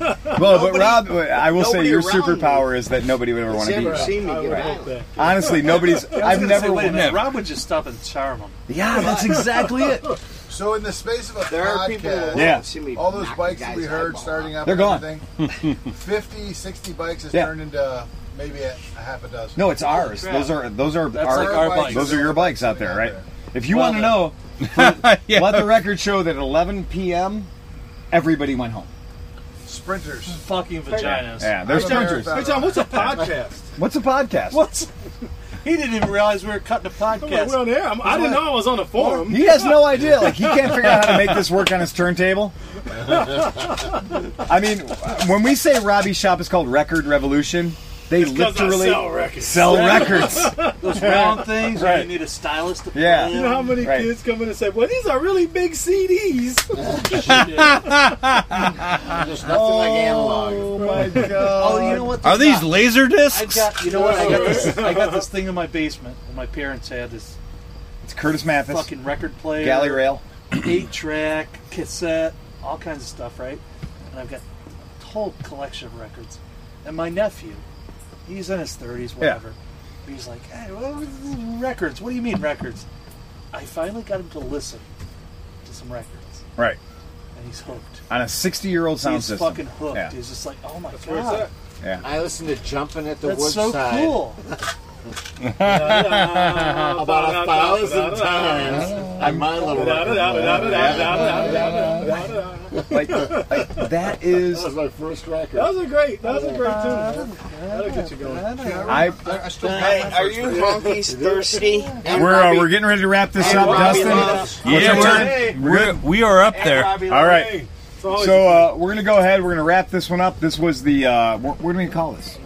B: Well, but Rob, I will say
A: nobody
B: your
A: around
B: superpower is that nobody would ever want to be.
A: ever
B: you.
A: seen me get out.
B: Honestly, nobody's.
E: I was
B: I've
E: gonna
B: never.
E: Say, wait a minute,
B: never-
E: Rob would just stop and charm him.
B: Yeah, that's exactly it.
D: So in the space of a
E: There are people that
D: podcast,
B: Yeah. want to see me
D: all those
E: knock
D: bikes
E: the
D: that we
E: guy's
D: heard
E: eyeball
D: starting up,
B: They're
D: and
B: gone.
D: everything, 50, 60 bikes has
B: Yeah.
D: turned into maybe a, a half a dozen.
B: no, it's ours.
D: Yeah.
B: Those are those are
D: That's
B: our,
D: like our bikes.
B: Those are your bikes out there, right? If you
D: Well,
B: want to know, let the record show that at 11 p.m. everybody went home.
D: sprinters,
E: fucking vaginas.
B: Yeah, they're sprinters.
E: Hey John, what's a podcast?
B: What's a podcast?
E: What's? He didn't even realize we were cutting a podcast.
A: we're on air. I'm- I didn't know I was on a forum.
B: He has no idea. Like he can't figure out how to make this work on his turntable. I mean, when we say Robbie's shop is called Record Revolution, they
E: 'cause I
B: literally
E: sell records.
B: sell records.
E: Those round things where you need a stylist to
B: Yeah.
E: play
A: You know how many
B: Right.
A: kids come in and say, "Well, these are really big CDs."
J: There's nothing like analog.
B: Oh my god!
E: Oh, you know what?
K: Are these
E: Not-
K: laser discs?
E: I got. You know what? I got this. I got this thing in my basement. And my parents had this
B: It's Curtis Mathis.
E: fucking record player,
B: Galley rail.
E: eight track, cassette, all kinds of stuff, right? And I've got a whole collection of records. And my nephew, he's in his thirties,
B: Yeah.
E: whatever. He's like, hey, what is this records? What do you mean records? I finally got him to listen to some records,
B: Right
E: and he's hooked.
B: on a 60-year-old sound
E: he's
B: system.
E: fucking hooked.
B: Yeah.
E: He's just like, oh my
J: where it's
E: god,
B: Yeah.
J: I listened to Jumping at the
E: that's so
J: Woodside.
E: cool.
J: About a thousand times on my little
B: like, like that is.
J: That was my first record.
A: That was a great. That was a great tune. That'll get you going.
B: I
N: Hey, are you honkies thirsty?
B: we're uh, we're getting ready to wrap this
N: And
B: up,
N: Robbie
B: Dustin.
N: loves-
B: What's
K: Yeah,
B: our
K: we're-
B: time?
K: we're- we are up And there. Robbie
B: All right.
K: loves-
A: It's always
B: So uh, we're gonna go ahead. We're gonna wrap this one up. This was the uh, what, what do we call this?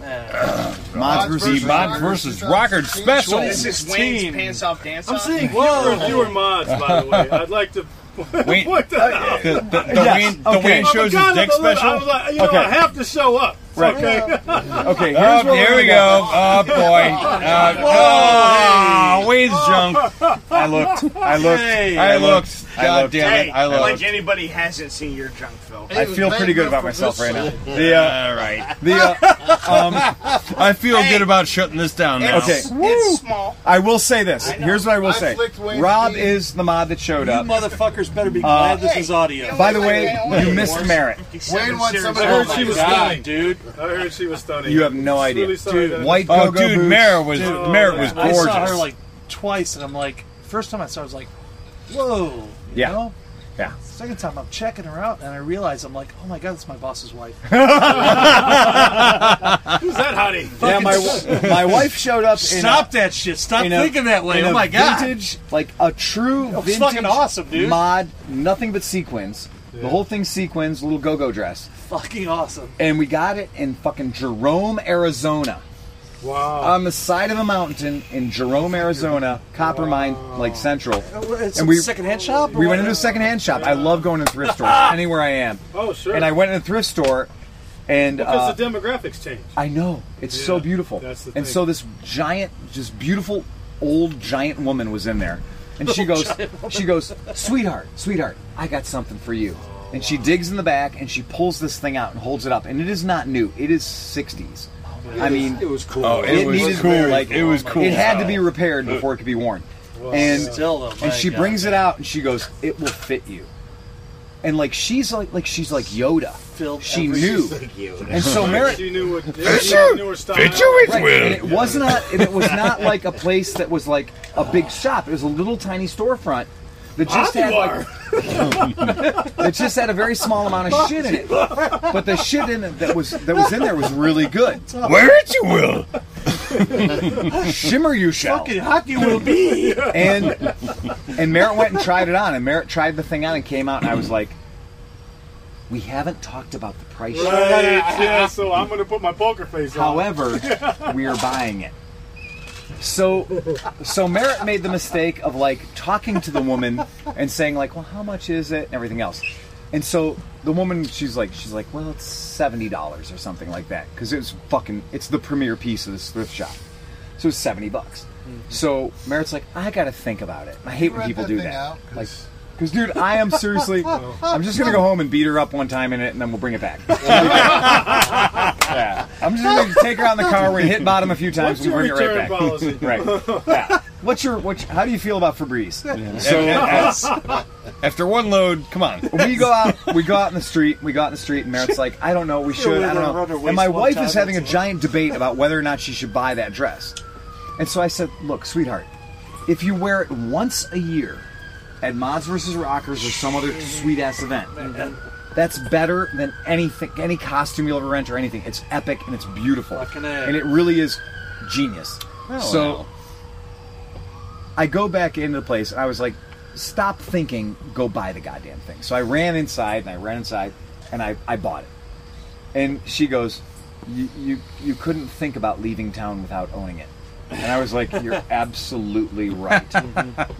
B: Mods versus
K: The Mod versus Rockard special.
L: This is Wayne's pants off dance
A: I'm
L: off.
A: seeing
K: Whoa.
A: fewer and fewer mods, by the way. I'd like to.
K: Wayne-
A: point that out.
K: The- the- the Wayne- the Wayne shows his
A: I'm a
K: dick
A: kind of a little-
K: special?
A: I was like, you know,
K: Okay.
A: I have to show up. It's
K: Right.
A: Okay.
B: Okay, here's
K: Oh,
B: where
K: here
B: we're
K: we go.
B: gonna
K: Oh boy. Uh, oh, Wayne's junk. I looked. I looked.
B: Hey.
K: I looked.
B: I
K: God
B: looked.
K: damn it! I
L: like
K: looked.
L: anybody hasn't seen your junk, Phil.
B: I feel pretty good about myself right now. The uh,
K: All right.
B: the uh, um,
K: I feel good about shutting this down now.
B: Okay.
E: It's small.
B: I will say this. Here's what I will
E: I
B: say.
E: flicked Wayne's
B: Rob
E: feet.
B: is the mod that showed
E: You
B: up.
E: motherfuckers better be glad
B: Uh,
E: this is audio.
B: By the way, you missed merit.
A: Wayne wants somebody. I
E: Oh
A: heard
E: my
A: she was
E: God,
A: stunning,
E: dude.
A: I heard she was stunning.
B: You have no idea.
A: Really sorry that I-
B: White
K: Oh,
B: go-go
K: dude,
B: boots.
K: Mara was
A: Dude.
K: Mara was
E: I
K: gorgeous.
E: saw her like twice, and I'm like, first time I saw her, I was like, whoa. You
K: Yeah.
E: Know?
B: Yeah.
E: Second time I'm checking her out, and I realize I'm like, oh my god, that's my boss's wife. Who's
A: that hottie?
B: Yeah, my my wife showed up. In
E: Stop
B: a,
E: that shit. Stop
B: in a-
E: thinking that way.
B: in
E: Oh
B: a
E: my god.
B: Vintage, like a true
E: That was
B: vintage
E: fucking awesome, dude.
B: mod, nothing but sequins. The whole thing sequins, little go-go dress,
E: Fucking awesome.
B: and we got it in fucking Jerome, Arizona.
A: Wow.
B: On the side of a mountain in Jerome, Arizona, Copper Mine, like Central.
E: Uh, It's
B: And
E: a
B: we-
E: secondhand shop. or
B: We
E: what?
B: went into a secondhand shop. I love going to thrift stores anywhere I am.
A: Oh, sure.
B: And I went in a thrift store, and uh,
A: because the demographics change.
B: I know it's so
A: Yeah,
B: beautiful.
A: that's the
B: and
A: thing.
B: so this giant, just beautiful old giant woman was in there, and she
E: Old
B: goes,
E: giant woman.
B: she goes, sweetheart, sweetheart, I got something for you. And she digs in the back and she pulls this thing out and holds it up, and it is not new. It is '60s. I mean,
J: it was cool.
K: Oh, it was
B: needed-
K: cool. It was cool.
B: It had to be repaired before it could be worn. And
E: Still, though, my
B: and she
E: God.
B: brings it out and she goes, "It will fit you." And like she's like like she's like Yoda.
E: Filled
B: she
E: every-
B: knew.
E: She's like Yoda.
B: And so Merritt
A: She knew what. she
B: Bitch,
A: knew her style.
B: Right, And it was not. And it was not like a place that was like a big shop. It was a little tiny storefront that just had like it just had a very small amount of shit in it. But the shit in it that was that was in there was really good.
K: Where it you will.
B: Shimmer you shall.
E: Fucking hockey will be.
B: and and Merritt went and tried it on, and Merritt tried the thing on and came out, and I was like, "We haven't talked about the price
A: Right,
B: yet.
A: yeah, so I'm going to put my poker face on.
B: However, we are buying it." So, so Merritt made the mistake of like talking to the woman and saying like, "Well, how much is it?" and everything else. And so the woman, she's like, she's like, "Well, it's seventy dollars or something like that," because it was fucking, it's the premier piece of this thrift shop. So it's seventy bucks. So Merritt's like, I gotta think about it. I hate when
O: Write
B: people
O: that
B: do
O: thing
B: that.
O: out,
B: Like, because dude, I am seriously. I'm just gonna go home and beat her up one time in it, and then we'll bring it back. yeah, I'm just gonna take her out in the car. We're gonna hit bottom a few times.
O: What's
B: we
O: your
B: bring it right
O: return
B: back.
O: policy?
B: right. Yeah. What's your what? How do you feel about Febreze?
L: So that's- after one load, come on.
B: we go out we go out in the street we go out in the street and merritt's like i don't know we
L: Yeah,
B: should
L: we
B: i
L: were
B: don't
L: running
B: know
L: away
B: and my
L: from
B: wife
L: town,
B: is having a giant debate about whether or not she should buy that dress and so i said look sweetheart if you wear it once a year at mods versus rockers or some other sweet ass event that's better than anything any costume you'll ever rent or anything it's epic and it's beautiful
E: Fucking A.
B: and it really is genius
E: Oh,
B: so
E: wow.
B: I go back into the place and I was like, stop thinking, go buy the goddamn thing. So I ran inside and I ran inside and I, I bought it. And she goes, you, you you couldn't think about leaving town without owning it. And I was like, You're absolutely right.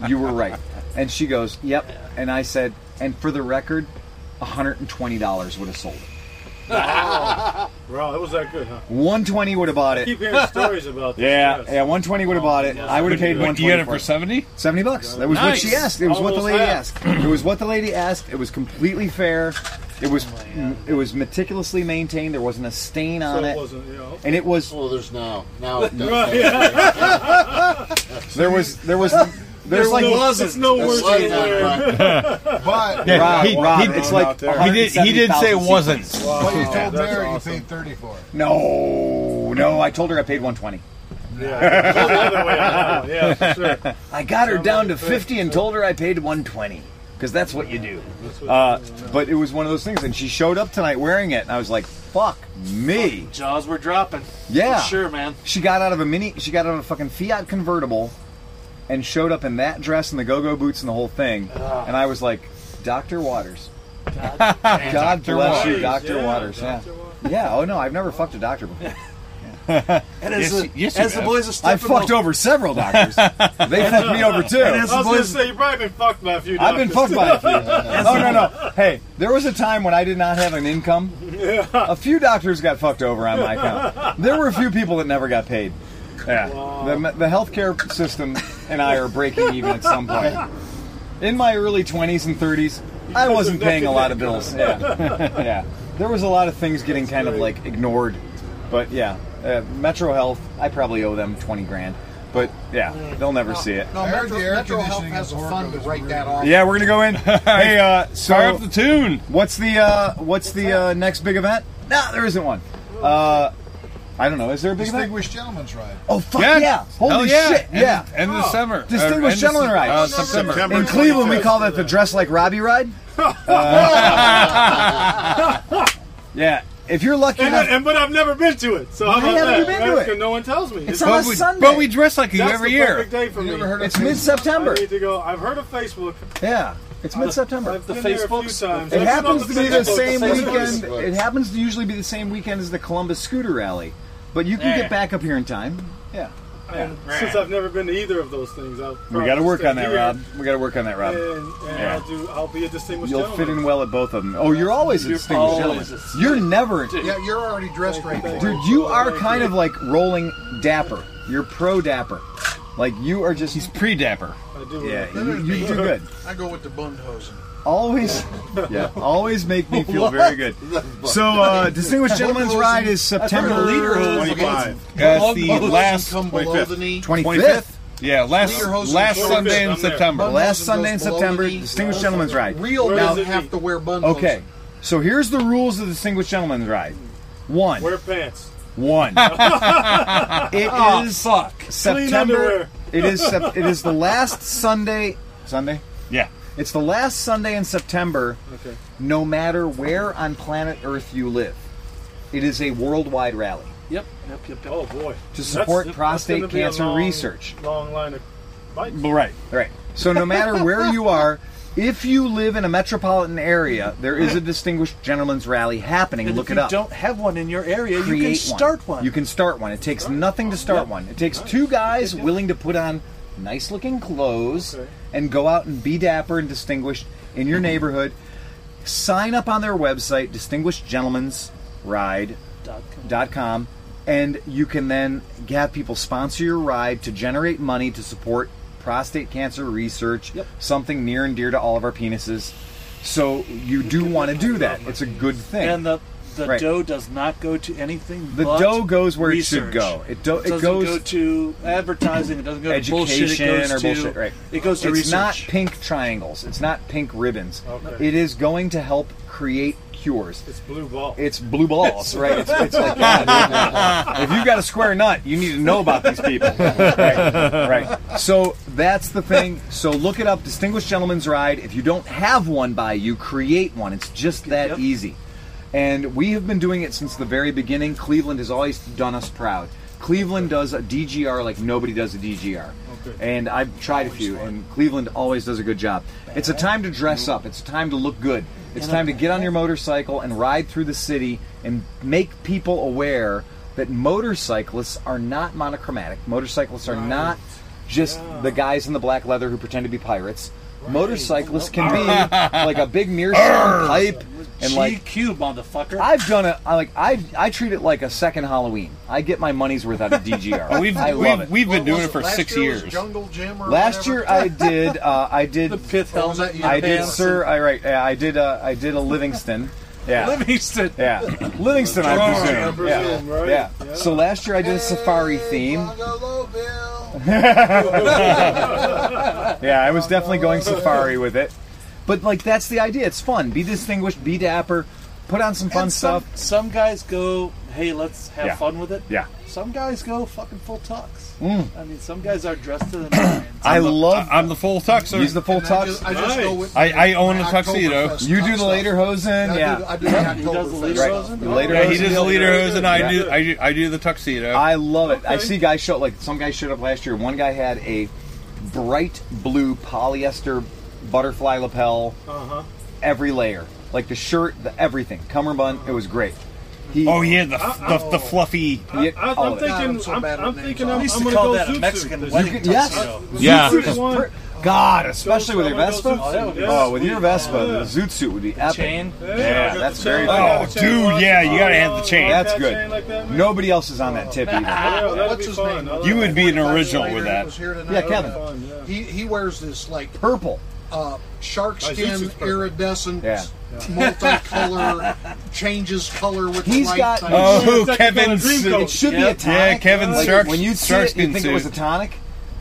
B: you were right. And she goes, Yep. And I said, and for the record, $120 would have sold it.
A: Wow. wow, it was that good, huh?
B: 120 would have bought
A: I
B: it.
A: keep hearing stories about this.
B: Yeah,
A: yes.
B: yeah, 120 would have bought it. I would have paid
L: What,
B: 120.
L: you got it for
B: 70? 70 bucks. That was
L: Nice.
B: what she asked. It was what the
L: Almost
B: lady
L: half.
B: asked. It was what the lady asked. It was completely fair. It was
A: Oh
B: it was meticulously maintained. There wasn't a stain
P: So
B: on
P: it
B: it.
P: wasn't, you know.
B: And it was
P: Well, there's now. Now it
B: Right, there was there was there's
P: There
B: like
P: wasn't. It's no worse than there.
D: But
L: Yeah,
B: Rob,
L: he-
B: Rob,
L: he-
B: it's like
L: he did- he did say it
B: 170,000
L: wasn't.
B: sequins.
L: Wow.
D: But you
B: Yeah.
D: told Mary you paid thirty for it.
B: No, no, I told her I paid 120.
D: Yeah. Yeah, for sure.
B: I got her
D: Sounds
B: down to
D: like a
B: 50 and told her I paid 120 because that's what you do. Uh, but it was one of those things, and she showed up tonight wearing it, and I was like, "Fuck me!"
E: Jaws were dropping.
B: Yeah,
E: For sure, man.
B: She got out of a mini, she got out of a fucking Fiat convertible, and showed up in that dress and the go-go boots and the whole thing,
E: Ah.
B: and I was like, "Doctor Waters."
E: God,
B: God bless you, Doctor
E: Yeah,
B: Waters. Yeah. Yeah. Oh no, I've never fucked a doctor before.
E: And as Yes, the- yes, you as the have. boys of
B: I fucked
E: Steppenwolf-
B: over several doctors. they fucked me over too.
A: I was going to say, you've probably been fucked by a few
B: I've been fucked
A: doctors.
B: by a few. No, no, no. Hey, there was a time when I did not have an income. A few doctors got fucked over on my account. There were a few people that never got paid. Yeah. The, the healthcare system and I are breaking even at some point. In my early 20s and 30s, I wasn't paying a lot of bills. Yeah. yeah. There was a lot of things getting kind of like ignored. But yeah, uh, Metro Health, I probably owe them 20 grand. But yeah, they'll never see it.
D: No, Metro, Metro Health has a fund to write that off.
B: Yeah, we're gonna go in. hey, uh, so
L: Fire up the
B: tune. What's the uh, what's the uh, next big event? No, there isn't one. Uh, I don't know. Is there a big event?
D: Distinguished Gentleman's Ride.
B: Oh fuck
L: Yes.
B: yeah!
L: Hell
B: Holy
L: yeah.
B: shit!
L: End-
B: yeah.
L: end of Oh. summer. Or end
B: Distinguished
L: of
B: Gentleman
L: se-
B: Ride.
L: uh, September. September
B: In Cleveland, we call that the dress like Robbie ride. Uh, yeah. If you're lucky
A: And,
B: enough,
A: and- but I've never been to it. So how
B: Why
A: about
B: haven't
A: that?
B: you been to
A: That's
B: it?
A: good, No one tells me.
B: It's on But a we- Sunday. but we dress like you
A: That's
B: every
A: the
B: year.
A: Perfect day for
B: You
A: me.
B: never heard of It's Facebook? mid-September.
A: I need to go. I've heard of Facebook.
B: yeah, it's mid-September.
A: I've been there a few times.
B: It
A: I've
B: happens to be
A: been on
B: the
A: Facebook.
B: same
A: Facebook.
B: weekend. It happens to usually be the same weekend as the Columbus Scooter Rally, but you can
A: Yeah.
B: get back up here in time. Yeah.
A: And since I've never been to either of those things, I'll
B: We got to work
A: stay
B: on that,
A: here,
B: Rob. We got to work on that, Rob.
A: And, and
B: Yeah.
A: I'll do. I'll be a distinguished
B: You'll
A: gentleman.
B: fit in well at both of them. Oh, you're always a
A: You're
B: distinguished
A: always
B: gentleman. You're never,
D: Yeah, you're already dressed right for it.
B: dude. You are kind of like rolling dapper. You're pro dapper. Like you are just. He's pre dapper.
A: I
D: do.
B: Yeah, you, you do good.
D: I go with the Bundhosen.
B: Always, yeah. Always make me feel very good. So, uh, distinguished gentleman's ride is September
L: That's the last
B: Twenty-fifth.
L: Yeah, last last Sunday in September.
B: Last Sunday in September, distinguished gentleman's ride.
L: Real Where men does it have be?
D: to wear bundles.
B: Okay, so here's the rules of the distinguished gentleman's ride. One,
A: Wear pants.
B: one. It
A: Oh,
B: is
A: fuck. Clean
B: September.
A: underwear.
B: It is sep- it is the last Sunday. Sunday.
L: Yeah.
B: It's the last Sunday in September.
A: Okay.
B: No matter where on planet Earth you live, it is a worldwide rally
E: Yep. Yep. Yep.
A: Oh boy.
B: to support
A: That's- that's
B: prostate
A: gonna be a
B: cancer
A: long-
B: research.
A: Long line of bikes.
B: Right. Right. So no matter where you are. If you live in a metropolitan area, there is a distinguished gentleman's rally happening.
E: And
B: Look
E: if
B: it
E: you
B: up.
E: don't have one in your area, you
B: create
E: can start one.
B: You can start one. It takes nothing to start one. It takes two guys willing to put on nice looking clothes and go out and be dapper and distinguished in your neighborhood. Sign up on their website, distinguishedgentlemansride.com. and you can then have people sponsor your ride to generate money to support prostate cancer research, something near and dear to all of our penises. So you do want to do that. It's a good thing.
E: And the the
B: Right.
E: dough does not go to anything.
B: The
E: but
B: dough goes where it should
E: research.
B: go. It, do- it,
E: doesn't
B: goes
E: go to advertising. It doesn't go to bullshit. It
B: education
E: goes
B: or
E: to,
B: bullshit. Right.
E: It goes to
B: it's
E: research.
B: not pink triangles. It's not pink ribbons.
E: Okay.
B: It is going to help create cures. It's
A: blue balls.
B: It's blue balls, right? It's, it's like yeah, dude. if you've got a square nut, you need to know about these people. Right. right. So that's the thing. So look it up. Distinguished Gentleman's Ride. If you don't have one by you, create one. It's just that easy. And we have been doing it since the very beginning. Cleveland has always done us proud. Cleveland does a DGR like nobody does a DGR. And I've tried a few, and Cleveland always does a good job. It's a time to dress up, it's a time to look good, it's time to get on your motorcycle and ride through the city and make people aware that motorcyclists are not monochromatic. Motorcyclists are not just the guys in the black leather who pretend to be pirates. Motorcyclists can be like a big meerschaum pipe and like
E: GQ, motherfucker.
B: I've done a I like I I treat it like a second Halloween. I get my money's worth out of DGR.
K: We've-
B: I love
K: we've-
B: it.
K: we've been
M: What
K: doing
M: was
K: it for
M: last
K: six
M: year was
K: years.
M: Jungle Gym or
B: Last year
M: whatever?
B: I did uh, I did the
E: pith
M: What was helmet. that you
B: I did
M: had?
B: sir I right yeah, I did uh, I did a Livingston. Yeah.
E: Livingston.
B: Yeah. Livingston I
M: Drawing,
B: presume.
M: I
B: Yeah.
M: presume, right?
B: yeah. So last year I did a safari theme. yeah, I was definitely going safari with it. But like that's the idea. It's fun. Be distinguished, be dapper, put on some fun
E: And some,
B: stuff.
E: Some guys go, hey, let's have
B: Yeah.
E: fun with it.
B: Yeah.
E: Some guys go fucking full tux.
B: Mm.
E: I mean, some guys are dressed to the nines.
K: I love. I'm the full tuxer.
B: He's the full
E: And I just-
B: tux.
E: I just go with-
K: I, I own a
E: my
K: tuxedo.
E: Oktoberfest
B: You do the later hosen, yeah.
E: He does the leader
B: Right. The later
K: yeah, he
B: hosen.
K: does the leader hose, and I
B: Yeah.
K: do. I do. I do the tuxedo.
B: I love it. I see guys show like some guys showed up last year. One guy had a bright blue polyester butterfly lapel,
A: Uh-huh.
B: every layer, like the shirt, the everything, cummerbund. It was great. He,
K: oh yeah, the f- the, the fluffy.
B: Yeah,
A: I,
B: all
A: I'm
B: of it.
A: thinking. I'm, I'm thinking. I'm,
E: We used
A: I'm
E: to
A: gonna
E: call
A: go
E: that a
A: zoot suit.
E: Mexican
A: There's-
E: wedding
B: You can- yes. tuxedo. Yeah.
A: Zoot suit
B: That's
A: one.
B: per- God, especially with your
A: Those
B: Vespa.
A: zoot suits, yeah.
B: Oh, with your Vespa, the zoot suit would be epic.
E: chain?
B: Yeah,
A: Yeah, I got
B: that's
A: the chain.
B: very.
A: I got
B: Oh,
A: the chain watch.
B: That's
A: That
B: good.
A: chain like that, man. Oh,
B: Nobody else is on that tip
A: Yeah,
B: either.
A: that'd be fun. I
K: You
A: like
K: would be an original
M: Later,
K: with
M: it was
K: that.
M: here tonight.
B: Yeah, Kevin.
M: Uh, He he wears this like
B: purple
M: uh, shark
B: Oh, his
M: skin
B: suit's purple.
M: iridescent,
B: Yeah.
M: multicolor, changes color with
B: He's
M: the light.
B: got
M: type.
K: Oh, Kevin's.
B: It should be a tonic.
K: Yeah, Kevin's
B: Like,
K: shark.
B: When you see
K: shark
B: it, you
K: skin
B: think
K: suit.
B: it was a tonic.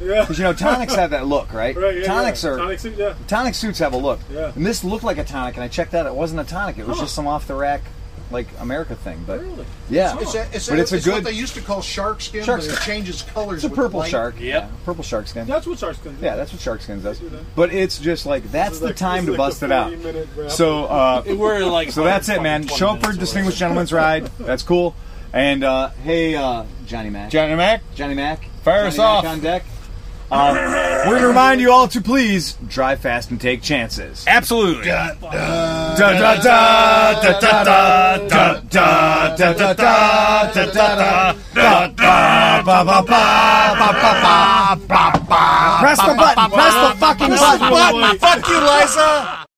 A: Yeah.
B: Because you know tonics have that look, right?
A: Right, yeah,
B: tonics
A: yeah.
B: are
A: Tonic suit, yeah.
B: tonic suits have a look.
A: Yeah.
B: And this looked like a tonic, and I checked that it wasn't a tonic. It was
M: Huh.
B: just some off the rack, like America thing. But
M: Really?
B: yeah,
M: It's a- it's a-
B: but it's a
M: it's
B: good.
M: what they used to call shark skin,
B: Shark
M: but it
B: skin.
M: changes colors.
B: it's a
M: with the
B: purple
M: light.
B: shark. Yeah. Purple shark skin.
A: That's what sharks can do.
B: Yeah, that's what shark skins does. But it's just like that's the
A: like-
B: time
A: this
B: to
A: is like
B: bust
A: the
B: it out.
A: 40-minute wrap.
B: So uh,
E: We're like
B: so that's it, man.
E: 20
B: Show up for distinguished gentleman's ride. That's cool. And uh, hey, uh, Johnny Mac.
K: Johnny Mac.
B: Johnny Mac.
K: Fire
B: Johnny
K: us
B: Mac
K: off.
B: on deck. Um, we're going to remind you all to please drive fast and take chances.
K: Absolutely.
B: da, da, da, da, da, da, da, da, da, da, da, da, da, da, ba, ba, ba, ba, ba, ba, ba, ba. Press the button. Press the fucking button.
K: Fuck you, Liza.